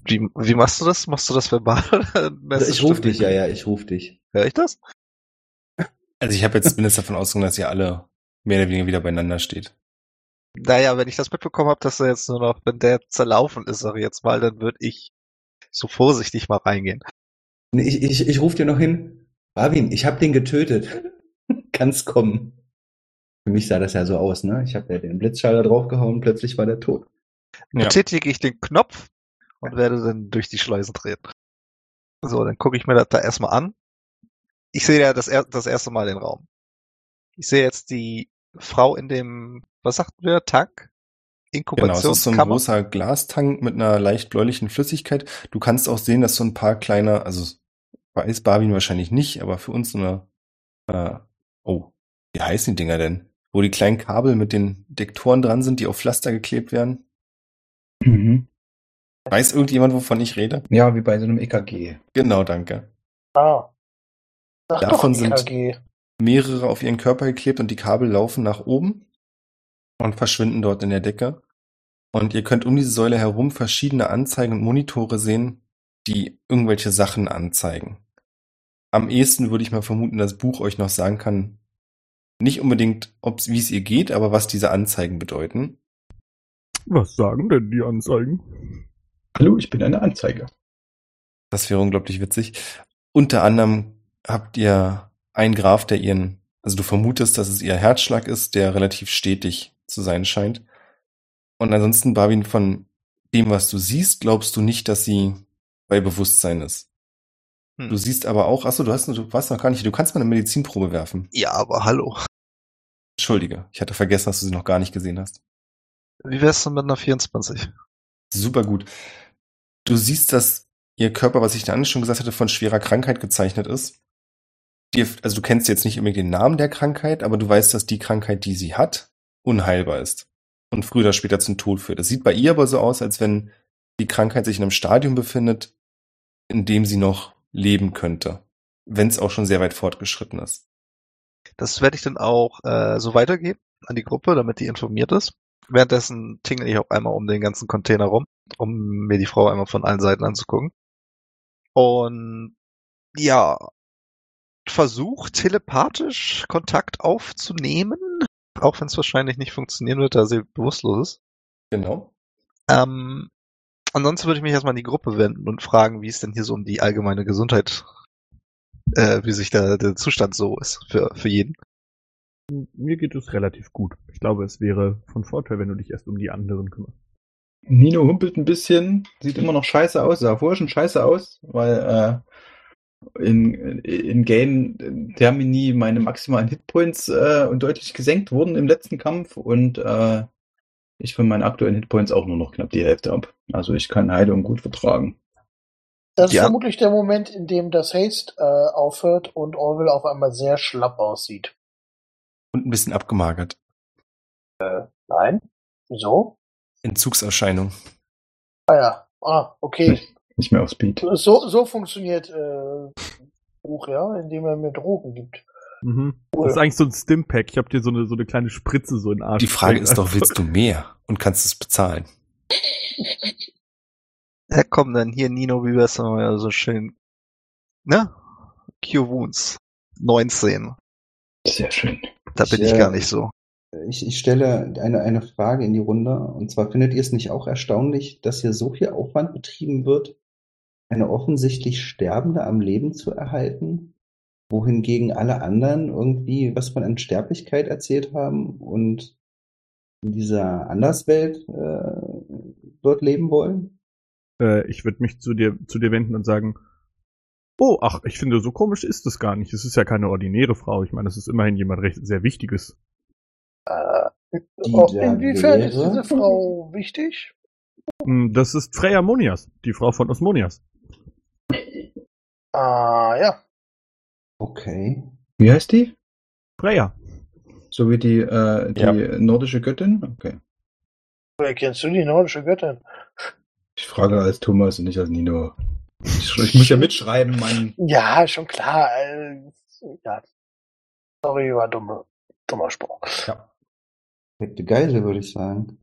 S1: Wie, wie machst du das? Machst du das verbal? oder
S4: Also ich
S1: messagest
S4: rufe
S1: du
S4: dich, ja, ja, ich rufe dich.
S1: Hör ich das?
S3: Also ich habe jetzt bin jetzt davon ausgegangen, dass ihr alle mehr oder weniger wieder beieinander steht.
S1: Naja, wenn ich das mitbekommen habe, dass er jetzt nur noch, wenn der zerlaufen ist, sag ich jetzt mal, dann würde ich so vorsichtig mal reingehen.
S4: Nee, Ich, ich, ich rufe dir noch hin. Barwin, ich hab den getötet. Kann's kommen. Für mich sah das ja so aus, ne? Ich habe ja den Blitzschalter draufgehauen, plötzlich war der tot.
S3: Ja.
S1: Betätige ich den Knopf und werde dann durch die Schleusen treten. So, dann gucke ich mir das da erstmal an. Ich sehe ja das, er das erste Mal den Raum. Ich sehe jetzt die Frau in dem, was sagten wir, Tank?
S3: Genau, es ist so ein
S1: Inkubationskammer.
S3: großer Glastank mit einer leicht bläulichen Flüssigkeit. Du kannst auch sehen, dass so ein paar kleine, also weiß Barbin wahrscheinlich nicht, aber für uns so eine, äh, oh, wie heißen die Dinger denn? Wo die kleinen Kabel mit den Dektoren dran sind, die auf Pflaster geklebt werden.
S5: Mhm.
S3: Weiß irgendjemand, wovon ich rede?
S5: Ja, wie bei so einem E EKG.
S3: Genau, danke.
S6: Ah. Sag
S3: Davon
S6: doch
S3: sind-
S6: EKG.
S3: Mehrere auf ihren Körper geklebt und die Kabel laufen nach oben und verschwinden dort in der Decke. Und ihr könnt um diese Säule herum verschiedene Anzeigen und Monitore sehen, die irgendwelche Sachen anzeigen. Am ehesten würde ich mal vermuten, dass Buch euch noch sagen kann, nicht unbedingt, ob's, wie es ihr geht, aber was diese Anzeigen bedeuten.
S2: Was sagen denn die Anzeigen?
S5: Hallo, ich bin eine Anzeige.
S3: Das wäre unglaublich witzig. Unter anderem habt ihr einen Graph, der ihren, also du vermutest, dass es ihr Herzschlag ist, der relativ stetig zu sein scheint. Und ansonsten, Barwin, von dem, was du siehst, glaubst du nicht, dass sie bei Bewusstsein ist.
S1: Hm.
S3: Du siehst aber auch, achso, du hast, du warst noch gar nicht, hier. du kannst mal eine Medizinprobe werfen.
S1: Ja, aber hallo.
S3: Entschuldige, ich hatte vergessen, dass du sie noch gar nicht gesehen hast.
S1: Wie wär's denn mit einer 24?
S3: Super gut. Du siehst, dass ihr Körper, was ich da schon gesagt hatte, von schwerer Krankheit gezeichnet ist. Dir, also du kennst jetzt nicht unbedingt den Namen der Krankheit, aber du weißt, dass die Krankheit, die sie hat, unheilbar ist und früher oder später zum Tod führt. Es sieht bei ihr aber so aus, als wenn die Krankheit sich in einem Stadium befindet, in dem sie noch leben könnte, wenn es auch schon sehr weit fortgeschritten ist.
S1: Das werde ich dann auch äh, so weitergeben an die Gruppe, damit die informiert ist. Währenddessen tingle ich auch einmal um den ganzen Container rum, um mir die Frau einmal von allen Seiten anzugucken. Und ja, versuch telepathisch Kontakt aufzunehmen, auch wenn es wahrscheinlich nicht funktionieren wird, da sie bewusstlos ist.
S3: Genau.
S1: Ähm, ansonsten würde ich mich erstmal an die Gruppe wenden und fragen, wie es denn hier so um die allgemeine Gesundheit, äh, wie sich da der Zustand so ist für, für jeden.
S2: Mir geht es relativ gut. Ich glaube, es wäre von Vorteil, wenn du dich erst um die anderen kümmerst.
S5: Nino humpelt ein bisschen, sieht immer noch scheiße aus, sah vorher schon scheiße aus, weil äh, in, in Game Termini meine maximalen Hitpoints äh, und deutlich gesenkt wurden im letzten Kampf und äh, ich von meinen aktuellen Hitpoints auch nur noch knapp die Hälfte ab. Also ich kann Heilung gut vertragen.
S6: Das ist
S1: Ja.
S6: vermutlich der Moment, in dem das Haste äh, aufhört und Orwell auf einmal sehr schlapp aussieht.
S3: Und ein bisschen abgemagert.
S6: Nein? Wieso?
S3: Entzugserscheinung.
S6: Ah ja. Ah, okay.
S5: Nicht mehr auf Speed.
S3: Hm.
S6: So, so funktioniert äh, Buch, ja, indem er mir Drogen gibt.
S2: Mhm.
S6: Cool.
S2: Das ist eigentlich so ein Stimpack. Ich habe dir so eine, so eine kleine Spritze so in den Arsch.
S3: Die Frage ist doch,
S2: gesteckt.
S3: willst du mehr und kannst es bezahlen?
S1: Ja, komm dann, hier Nino, wie wär's denn mal so schön, ne? Cure Wounds, 19.
S5: Sehr schön.
S1: Da bin
S4: Ich,
S1: ich
S4: äh,
S1: gar nicht so.
S4: Ich, ich stelle eine, eine Frage in die Runde. Und zwar findet ihr es nicht auch erstaunlich, dass hier so viel Aufwand betrieben wird, eine offensichtlich Sterbende am Leben zu erhalten, wohingegen alle anderen irgendwie was von Unsterblichkeit erzählt haben und in dieser Anderswelt äh, dort leben wollen?
S2: Äh, ich würde mich zu dir, zu dir wenden und sagen, oh, ach, ich finde, so komisch ist es gar nicht. Es ist ja keine ordinäre Frau. Ich meine, es ist immerhin jemand recht, sehr Wichtiges.
S6: Äh,
S4: Die
S6: auch
S4: da
S6: inwiefern ist
S4: wäre?
S6: diese Frau wichtig?
S2: Hm, Das ist Freya Monias, die Frau von Osmonias.
S6: Ah, ja.
S4: Okay.
S5: Wie heißt die?
S2: Freya.
S5: So wie die, äh, die
S3: Ja.
S5: nordische Göttin? Okay.
S6: Woher kennst du die nordische Göttin?
S5: Ich frage als Thomas und nicht als Nino. Ich, ich muss ja mitschreiben, Mann.
S6: Ja, schon klar. Äh, ja. Sorry, war dumme, dummer Spruch.
S3: Ja.
S4: Perfekte Geisel, würde ich sagen.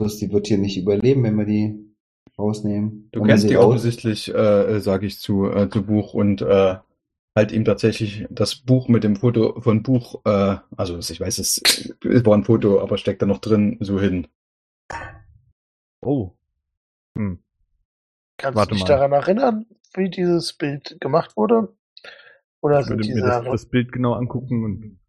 S4: Bloß die wird hier nicht überleben, wenn wir die rausnehmen.
S5: Du
S4: Wenn wir
S5: kennst
S4: sie
S5: die
S4: raus-
S5: offensichtlich, äh, sage ich zu, äh, zu Buch und äh, halt ihm tatsächlich das Buch mit dem Foto von Buch, äh, also ich weiß, es, es war ein Foto, aber steckt da noch drin, so hin.
S2: Oh. Hm.
S6: Kannst
S2: Warte
S6: du dich
S2: mal.
S6: daran erinnern, wie dieses Bild gemacht wurde? Oder
S2: Ich
S6: sind
S2: würde
S6: diese
S2: mir das, das Bild genau angucken und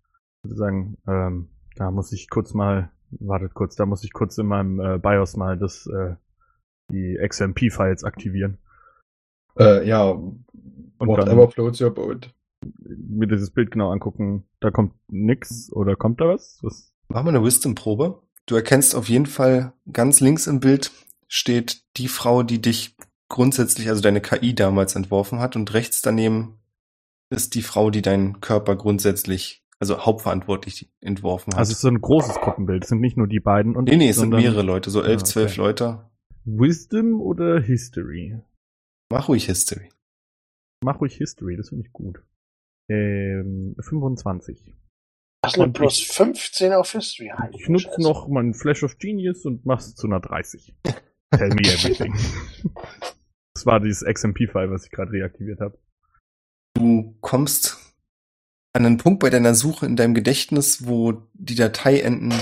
S2: würde sagen, ähm, da muss ich kurz mal, wartet kurz, da muss ich kurz in meinem äh, BIOS mal das, äh, die XMP-Files aktivieren.
S5: Äh, ja, whatever floats your boat.
S2: Mir dieses Bild genau angucken. Da kommt nix oder kommt da was? was?
S3: Machen wir eine Wisdom-Probe. Du erkennst auf jeden Fall ganz links im Bild steht die Frau, die dich grundsätzlich, also deine KI damals entworfen hat und rechts daneben ist die Frau, die deinen Körper grundsätzlich, also hauptverantwortlich entworfen hat.
S2: Also es ist so ein großes Gruppenbild. Es sind nicht nur die beiden und
S3: nee, nee, es sind
S2: sondern-
S3: mehrere Leute, so elf,
S2: Ah, okay.
S3: zwölf Leute.
S2: Wisdom oder History?
S3: Mach ruhig History.
S2: Mach ruhig History, das finde ich gut. Ähm, 25.
S6: Hast du
S2: Und
S6: plus
S2: ich-
S6: 15 auf History?
S2: Ich nutze noch meinen Flash of Genius und mach's zu einer 30. Tell me everything. das war dieses XMP-File, was ich gerade reaktiviert habe.
S3: Du kommst an einen Punkt bei deiner Suche in deinem Gedächtnis, wo die Dateienden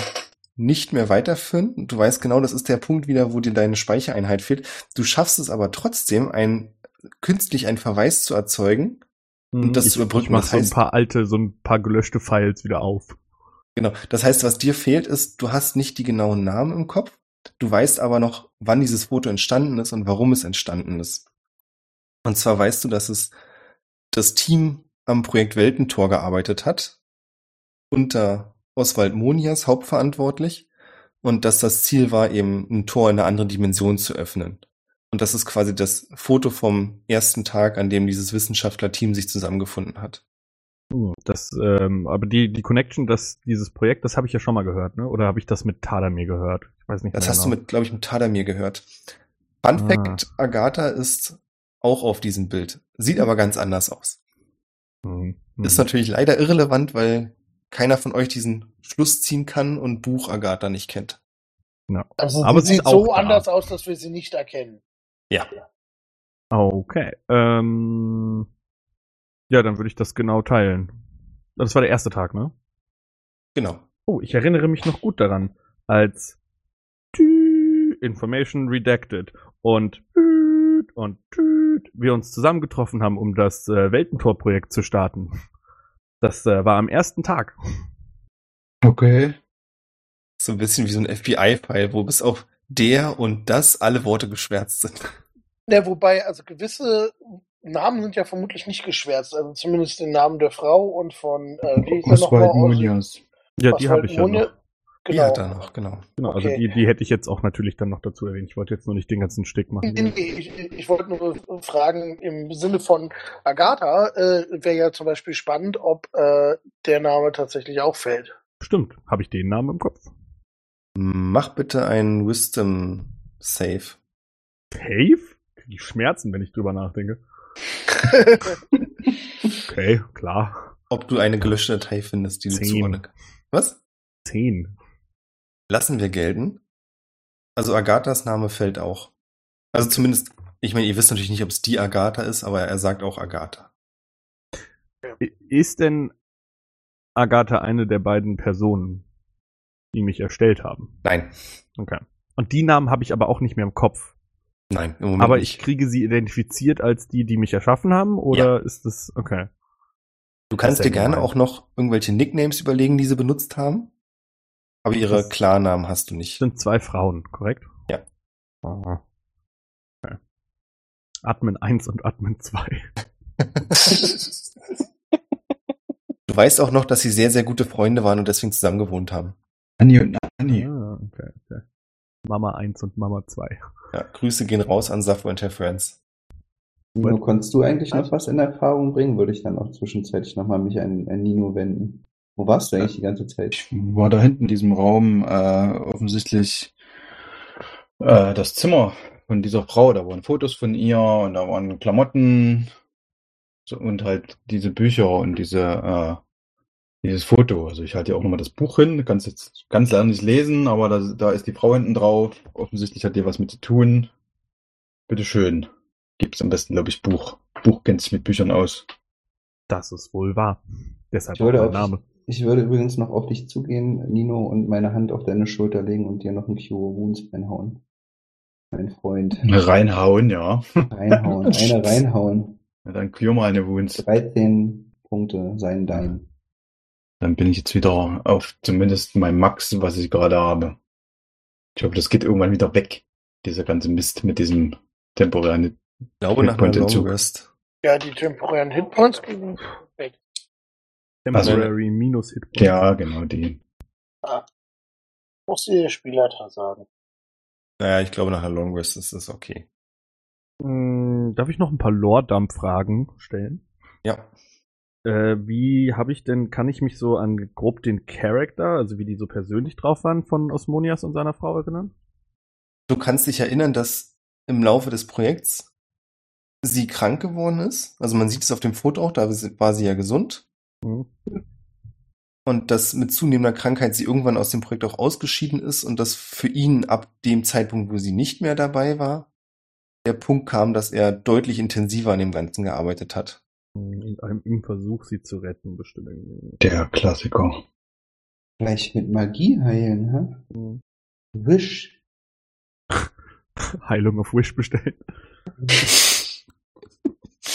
S3: nicht mehr weiterführen. Und Du weißt genau, das ist der Punkt wieder, wo dir deine Speichereinheit fehlt. Du schaffst es aber trotzdem, ein, künstlich einen Verweis zu erzeugen. Und das
S2: Mhm. ich,
S3: zu überbrücken,
S2: ich mach
S3: das
S2: so ein
S3: heißt-
S2: paar alte, so ein paar gelöschte Files wieder auf.
S3: Genau. Das heißt, was dir fehlt, ist, du hast nicht die genauen Namen im Kopf. Du weißt aber noch, wann dieses Foto entstanden ist und warum es entstanden ist. Und zwar weißt du, dass es das Team am Projekt Weltentor gearbeitet hat, unter Oswald Monias hauptverantwortlich, und dass das Ziel war, eben ein Tor in eine andere Dimension zu öffnen. Und das ist quasi das Foto vom ersten Tag, an dem dieses Wissenschaftlerteam sich zusammengefunden hat.
S2: Das, ähm, aber die, die Connection, dass dieses Projekt, das habe ich ja schon mal gehört, ne? Oder habe ich das mit Tadamir gehört? Ich weiß nicht
S3: Das
S2: mehr
S3: hast du
S2: genau.
S3: mit, glaube ich, mit Tadamir gehört. Fun
S2: Ah.
S3: Fact, Agatha ist auch auf diesem Bild. Sieht aber ganz anders aus.
S2: Mhm.
S3: Ist natürlich leider irrelevant, weil keiner von euch diesen Schluss ziehen kann und Buch Agatha nicht kennt.
S6: Also
S2: Aber
S6: sie
S2: es ist
S6: sieht so
S2: auch da.
S6: anders aus, dass wir sie nicht erkennen.
S2: Okay. Ähm, ja, dann würde ich das genau teilen. Das war der erste Tag, ne?
S3: Genau.
S2: Oh, ich erinnere mich noch gut daran, als Tüt, Information redacted und Tüt und Tüt, wir uns zusammengetroffen haben, um das äh, Weltentor-Projekt zu starten. Das äh, war am ersten Tag.
S5: Okay.
S3: So ein bisschen wie so ein FBI-File, wo bis auf der und das alle Worte geschwärzt sind.
S6: Ja, wobei, also gewisse Namen sind ja vermutlich nicht geschwärzt. Also zumindest den Namen der Frau und von, äh, wie hieß er nochmal?
S5: Oswald
S6: Aus-
S5: Monias.
S2: Ja,
S6: Oswald
S2: die habe ich ja
S6: Monia-
S2: noch.
S3: Die hat
S6: Genau.
S3: er noch, genau.
S2: Genau,
S6: Okay.
S2: also die, die hätte ich jetzt auch natürlich dann noch dazu erwähnt. Ich wollte jetzt nur nicht den ganzen Stick machen.
S6: Nee, nee, ich, ich wollte nur fragen, im Sinne von Agatha äh, wäre ja zum Beispiel spannend, ob äh, der Name tatsächlich auch fällt.
S2: Stimmt, habe ich den Namen im Kopf.
S3: Mach bitte einen Wisdom-Save.
S2: Cave? Krieg ich Schmerzen, wenn ich drüber nachdenke. Okay, klar.
S3: Ob du eine gelöschte Datei findest, die du
S2: Zehn.
S3: zuordnen kannst. Was?
S2: Zehn.
S3: lassen wir gelten. Also Agathas Name fällt auch. Also zumindest, ich meine, ihr wisst natürlich nicht, ob es die Agatha ist, aber er sagt auch Agatha.
S2: I- Ist denn Agatha eine der beiden Personen, die mich erstellt haben?
S3: Nein,
S2: Okay. Und die Namen habe ich aber auch nicht mehr im Kopf.
S3: nein, im Moment
S2: aber ich
S3: nicht.
S2: kriege sie identifiziert als die, die mich erschaffen haben, oder ist das okay?
S3: Du kannst
S2: Das
S3: dir
S2: ist ja
S3: gerne
S2: gemein.
S3: auch noch irgendwelche Nicknames überlegen, die sie benutzt haben. Aber ihre
S2: Das-
S3: Klarnamen hast du nicht.
S2: Das sind zwei Frauen, korrekt?
S3: Ja.
S2: Ah. Okay. Admin 1 und Admin 2.
S3: Du weißt auch noch, dass sie sehr, sehr gute Freunde waren und deswegen zusammen gewohnt haben.
S5: Anni und Anni.
S2: Ah, okay, okay. Mama 1 und Mama 2.
S3: Ja, Grüße gehen raus an Safo Interference.
S4: Nino, konntest du eigentlich noch was in Erfahrung bringen? Würde ich dann auch zwischenzeitlich nochmal mich an, an Nino wenden. Wo warst du eigentlich die ganze Zeit?
S5: Ich war da hinten in diesem Raum äh, offensichtlich äh, das Zimmer von dieser Frau. Da waren Fotos von ihr und da waren Klamotten so, und halt diese Bücher und diese äh, dieses Foto. Also ich halte ja auch nochmal das Buch hin, kannst jetzt ganz leider nicht lesen, aber da, da ist die Frau hinten drauf. Offensichtlich hat ihr was mit zu tun. Bitteschön. Gibt's am besten, glaube ich, Buch. Buch kennt sich mit Büchern aus.
S2: Das ist wohl wahr. Deshalb
S4: Ich würde
S2: auch mein
S4: auch-
S2: Name.
S4: Ich würde übrigens noch auf dich zugehen, Nino, und meine Hand auf deine Schulter legen und dir noch ein Cure Wounds reinhauen. Mein Freund.
S5: Reinhauen, ja.
S4: Reinhauen. Eine reinhauen.
S5: Ja, Dann cure mal eine Wounds.
S4: 13 Punkte seien dein.
S5: Dann bin ich jetzt wieder auf zumindest mein Max, was ich gerade habe. Ich hoffe, das geht irgendwann wieder weg. Dieser ganze Mist mit diesem temporären
S3: Ich glaube, nach
S5: Checkpoint
S3: einer
S5: Entzug.
S3: Longest.
S6: Ja, die temporären Hitpoints gehen weg.
S2: Temporary minus Hit.
S5: Ja, genau, die.
S6: Muss der Spielleiter sagen.
S3: Naja, ich glaube, nach einer Longest ist das okay.
S2: Hm, darf ich noch ein paar Lore-Dump-Fragen stellen?
S3: Ja.
S2: Äh, wie habe ich denn, kann ich mich so an grob den Charakter, also wie die so persönlich drauf waren von Osmonias und seiner Frau erinnern?
S3: Du kannst dich erinnern, dass im Laufe des Projekts sie krank geworden ist. Also man sieht es auf dem Foto auch, da war sie ja gesund.
S2: Hm.
S3: Und dass mit zunehmender Krankheit sie irgendwann aus dem Projekt auch ausgeschieden ist und dass für ihn ab dem Zeitpunkt, wo sie nicht mehr dabei war, der Punkt kam, dass er deutlich intensiver an dem Ganzen gearbeitet hat.
S2: In einem, Im hm, Versuch, sie zu retten, bestimmt. irgendwie.
S5: Der Klassiker.
S4: Gleich mit Magie heilen, hä?
S2: Hm.
S4: Wisch.
S2: Heilung auf Wish bestellen.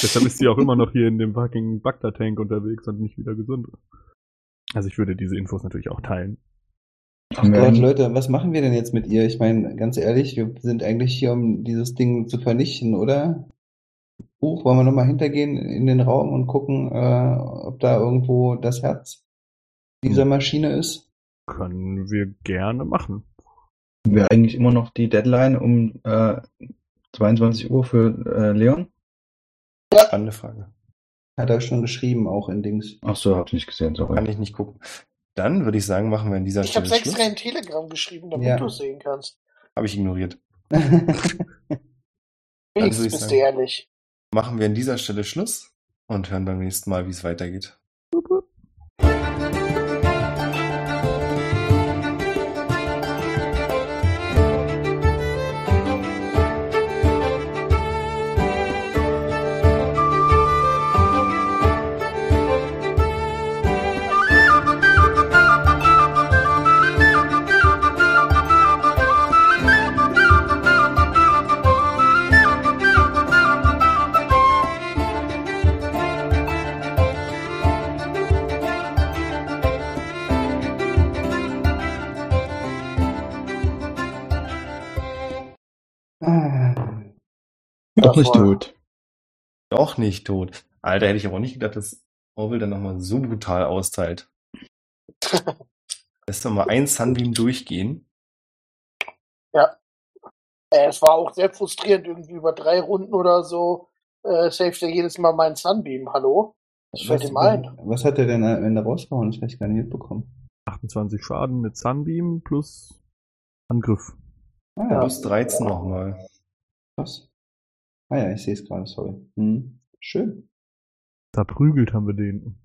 S2: Deshalb ist sie auch immer noch hier in dem fucking Bagdad-Tank unterwegs und nicht wieder gesund. Also ich würde diese Infos natürlich auch teilen.
S5: Haben wir
S4: Gott,
S6: Ähm,
S5: einen-
S4: Leute, was machen wir denn jetzt mit ihr? Ich meine, ganz ehrlich, wir sind eigentlich hier, um dieses Ding zu vernichten, oder? Buch, wollen wir nochmal hintergehen in den Raum und gucken, äh, ob da irgendwo das Herz dieser
S6: Hm.
S4: Maschine ist?
S2: Können wir gerne machen.
S5: haben wir eigentlich immer noch die Deadline um äh, 22 Uhr für äh, Leon?
S3: Spannende Frage.
S4: Hat er schon geschrieben, auch in Dings.
S5: Ach so, hab's nicht gesehen,
S3: Kann
S5: sorry.
S3: ich nicht gucken. Dann würde ich sagen, machen wir an dieser
S6: Ich habe
S3: Stelle
S6: extra
S3: Schluss.
S6: in Telegram geschrieben, damit
S4: Ja.
S6: du es sehen kannst.
S3: Habe ich ignoriert. Dann würde
S6: Wenigstens
S3: ich
S6: bist du
S3: sagen-
S6: ehrlich.
S3: machen wir an dieser Stelle Schluss und hören beim nächsten Mal, wie es weitergeht.
S4: ah.
S5: Doch nicht
S6: Davor.
S5: tot.
S3: Doch nicht tot. Alter, hätte ich aber auch nicht gedacht, dass Orwell dann nochmal so brutal austeilt. Lässt doch mal ein Sunbeam durchgehen.
S6: Äh, es war auch sehr frustrierend, irgendwie über drei Runden oder so äh, saved er jedes Mal meinen Sunbeam. Hallo? Ich fällt ihm ein.
S4: was hat er denn am Ende rausgehauen? Das habe ich gar nicht mitbekommen.
S2: 28 Schaden mit Sunbeam plus Angriff.
S4: Ah, ja,
S3: Plus 13 nochmal.
S4: krass. Ah ja, ich sehe es gerade, sorry. Hm. Schön.
S2: Verprügelt haben wir den.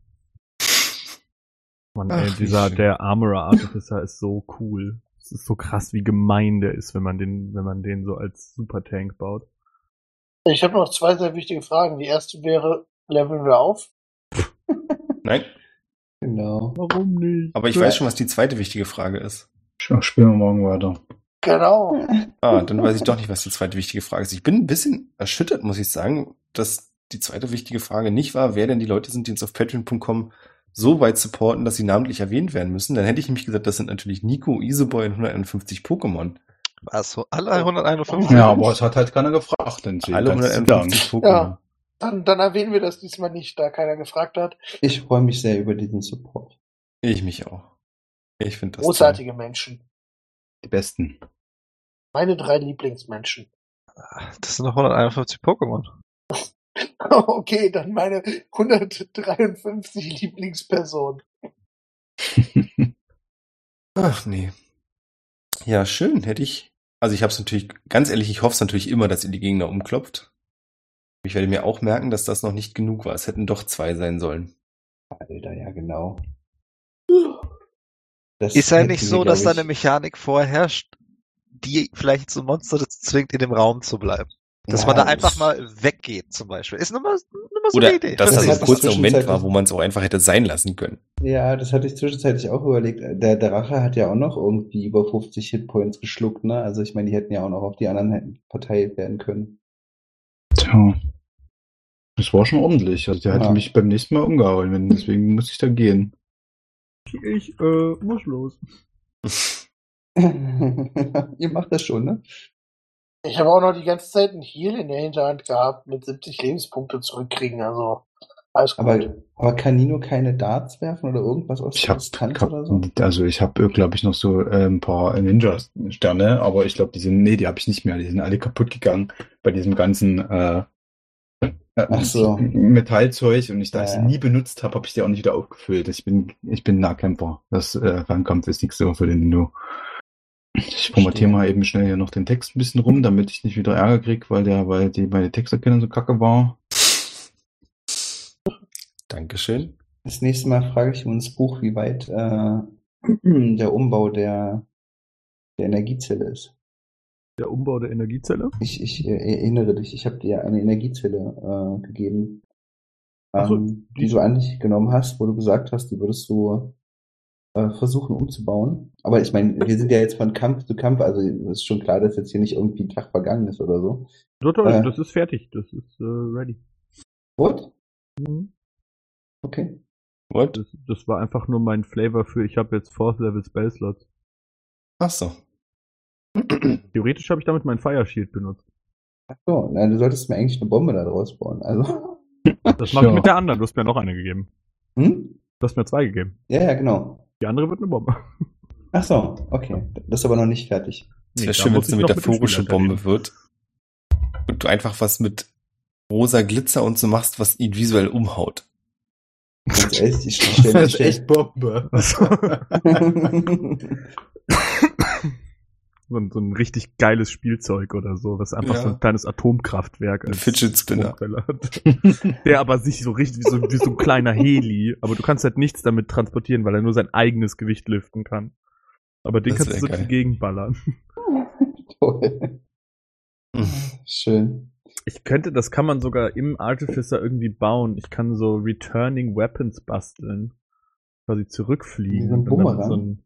S2: Mann, ey,
S3: Ach, wie
S2: dieser,
S3: schön.
S2: der Armorer Artificer ist so cool. Es ist so krass, wie gemein der ist, wenn man den, wenn man den so als Supertank baut.
S6: Ich habe noch zwei sehr wichtige Fragen. Die erste wäre, leveln wir auf?
S3: Nein,
S4: Genau.
S2: Warum nicht?
S3: aber ich weiß schon, was die zweite wichtige Frage ist.
S5: Sch- Spielen wir morgen weiter.
S6: Genau.
S3: Ah, dann weiß ich doch nicht, was die zweite wichtige Frage ist. Ich bin ein bisschen erschüttert, muss ich sagen, dass die zweite wichtige Frage nicht war, wer denn die Leute sind, die uns auf patreon.com so weit supporten, dass sie namentlich erwähnt werden müssen. Dann hätte ich nämlich gesagt, das sind natürlich Nico, Iseboy und 151 Pokémon.
S1: Was, so alle 151?
S5: Ja, aber es hat halt keiner gefragt, denn sie
S3: Alle
S5: ganz
S3: 151 Pokémon.
S6: Ja. Dann, dann erwähnen wir das diesmal nicht, da keiner gefragt hat.
S4: Ich freue mich sehr über diesen Support.
S3: Ich mich auch. Ich finde das
S6: Großartige Menschen.
S5: die besten.
S6: Meine drei Lieblingsmenschen.
S1: Das sind doch 151 Pokémon.
S6: Okay, dann meine 153 Lieblingspersonen.
S3: toll. Ach nee. Ja, schön. Hätte ich. Also ich habe es natürlich, ganz ehrlich, ich hoffe es natürlich immer, dass ihr die Gegner umklopft. Ich werde mir auch merken, dass das noch nicht genug war. Es hätten doch zwei sein sollen.
S4: Alter, ja, genau. Das
S1: Ist ja
S4: hätten
S1: nicht
S4: wir,
S1: so,
S4: glaub
S1: dass da
S4: ich-
S1: eine Mechanik vorherrscht, die vielleicht so Monster dazu zwingt, in dem Raum zu bleiben. Dass
S4: Ja,
S1: man da
S4: das-
S1: einfach mal weggeht, zum Beispiel. Ist nochmal, nochmal so eine
S3: Oder
S1: Idee.
S3: dass
S1: Verstehe
S3: das
S1: ich.
S3: ein
S4: hat mich
S3: kurzer Moment war,
S4: zwischenzeitlich-
S3: wo man es auch einfach hätte sein lassen können.
S4: Ja, das hatte ich zwischenzeitlich auch überlegt. Der Drache hat ja auch noch irgendwie über 50 Hitpoints geschluckt, ne? Also ich meine, die hätten ja auch noch auf die anderen hätten verteilt werden können.
S5: Tja. Das war schon ordentlich. Also der hätte
S4: Ja.
S5: mich beim nächsten Mal umgehauen, wenn- deswegen muss ich da gehen.
S2: Ich, äh, muss los.
S4: Ihr macht das schon, ne?
S6: Ich habe auch noch die ganze Zeit einen Heal in der Hinterhand gehabt, mit 70 Lebenspunkte zurückkriegen, also alles gut.
S4: Aber, aber kann Nino keine Darts werfen oder irgendwas aus
S5: Ich
S4: der
S5: hab,
S4: Distanz
S5: hab,
S4: oder so?
S5: also ich habe, glaube ich, noch so äh, ein paar Ninja-Sterne, aber ich glaube, die sind, nee, die habe ich nicht mehr. Die sind alle kaputt gegangen bei diesem ganzen äh, äh,
S4: Ach so.
S5: Metallzeug und ich, da ich sie
S4: Ja, ja.
S5: nie benutzt habe, habe ich die auch nicht wieder aufgefüllt. Ich bin, ich bin Nahkämpfer. Das äh, Fernkampf ist nichts so für den Nino. Ich formatiere
S4: Verstehe.
S5: mal eben schnell hier noch den Text ein bisschen rum, damit ich nicht wieder Ärger kriege, weil der, weil die meine Texterkennung so kacke war.
S3: Dankeschön.
S4: Das nächste Mal frage ich uns Buch, wie weit äh, der Umbau der, der Energiezelle ist.
S2: Der Umbau der Energiezelle?
S4: Ich, ich äh, erinnere dich, ich habe dir eine Energiezelle äh, gegeben,
S2: Ach so,
S4: ähm, die
S2: die-
S4: du an dich genommen hast, wo du gesagt hast, die würdest du äh, versuchen umzubauen. Aber ich meine, wir sind ja jetzt von Kampf zu Kampf, also ist schon klar, dass jetzt hier nicht irgendwie ein Tag vergangen ist oder so.
S2: Total,
S4: Äh.
S2: das ist fertig. Das ist äh, ready. Mhm.
S4: What? Okay.
S3: What?
S2: Das, das war einfach nur mein Flavor für, ich habe jetzt Fourth Level Spell Slots.
S3: Ach so.
S2: Theoretisch habe ich damit mein Fire Shield benutzt.
S4: Ach so, na, du solltest mir eigentlich eine Bombe da draus bauen. Also,
S2: Das mache ich
S5: Ja.
S2: mit der anderen. Du hast mir noch eine gegeben.
S4: hm?
S2: Du hast mir zwei gegeben.
S4: Ja, ja, genau.
S2: Die andere wird eine Bombe.
S4: Ach so, okay. Das ist aber noch nicht fertig.
S3: Es
S2: Nee,
S3: wäre
S2: da
S3: schön, wenn
S2: muss
S3: es eine
S2: ich noch mit dem
S3: metaphorische
S2: Spieler
S3: Bombe
S2: reden.
S3: wird. Und du einfach was mit rosa Glitzer und so machst, was ihn visuell umhaut.
S4: Ganz ehrlich, ich stelle
S5: Das ist echt Bombe.
S2: Also, so, ein, so ein richtig geiles Spielzeug oder so, was einfach
S3: Ja.
S2: so ein kleines Atomkraftwerk
S3: Ein Fidget Spinner.
S2: Stromzelle hat. Der aber sich so richtig wie so, wie so ein kleiner Heli, aber du kannst halt nichts damit transportieren, weil er nur sein eigenes Gewicht liften kann. Aber den
S3: Das
S2: kannst
S3: wär
S2: du so durch die
S3: geil.
S2: Gegend ballern.
S4: Toll. Schön.
S2: Ich könnte, das kann man sogar im Artificer irgendwie bauen. Ich kann so Returning Weapons basteln. Quasi zurückfliegen. und
S4: Wie so ein
S2: dann damit
S4: Bumerang.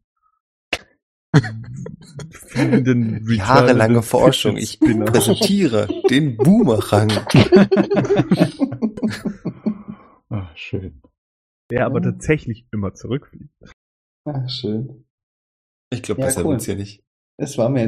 S2: so einen fliegenden
S3: Jahrelange
S2: returnenden
S3: Forschung. Ich
S2: Fidget Spinner.
S3: präsentiere den Boomerang.
S5: Ach, Ah, schön.
S2: Der aber
S4: Ja.
S2: tatsächlich immer zurückfliegt.
S4: Ach, schön.
S3: Ich glaube,
S4: Ja,
S3: besser
S4: cool.
S3: wird's hier nicht.
S4: Es war mir ein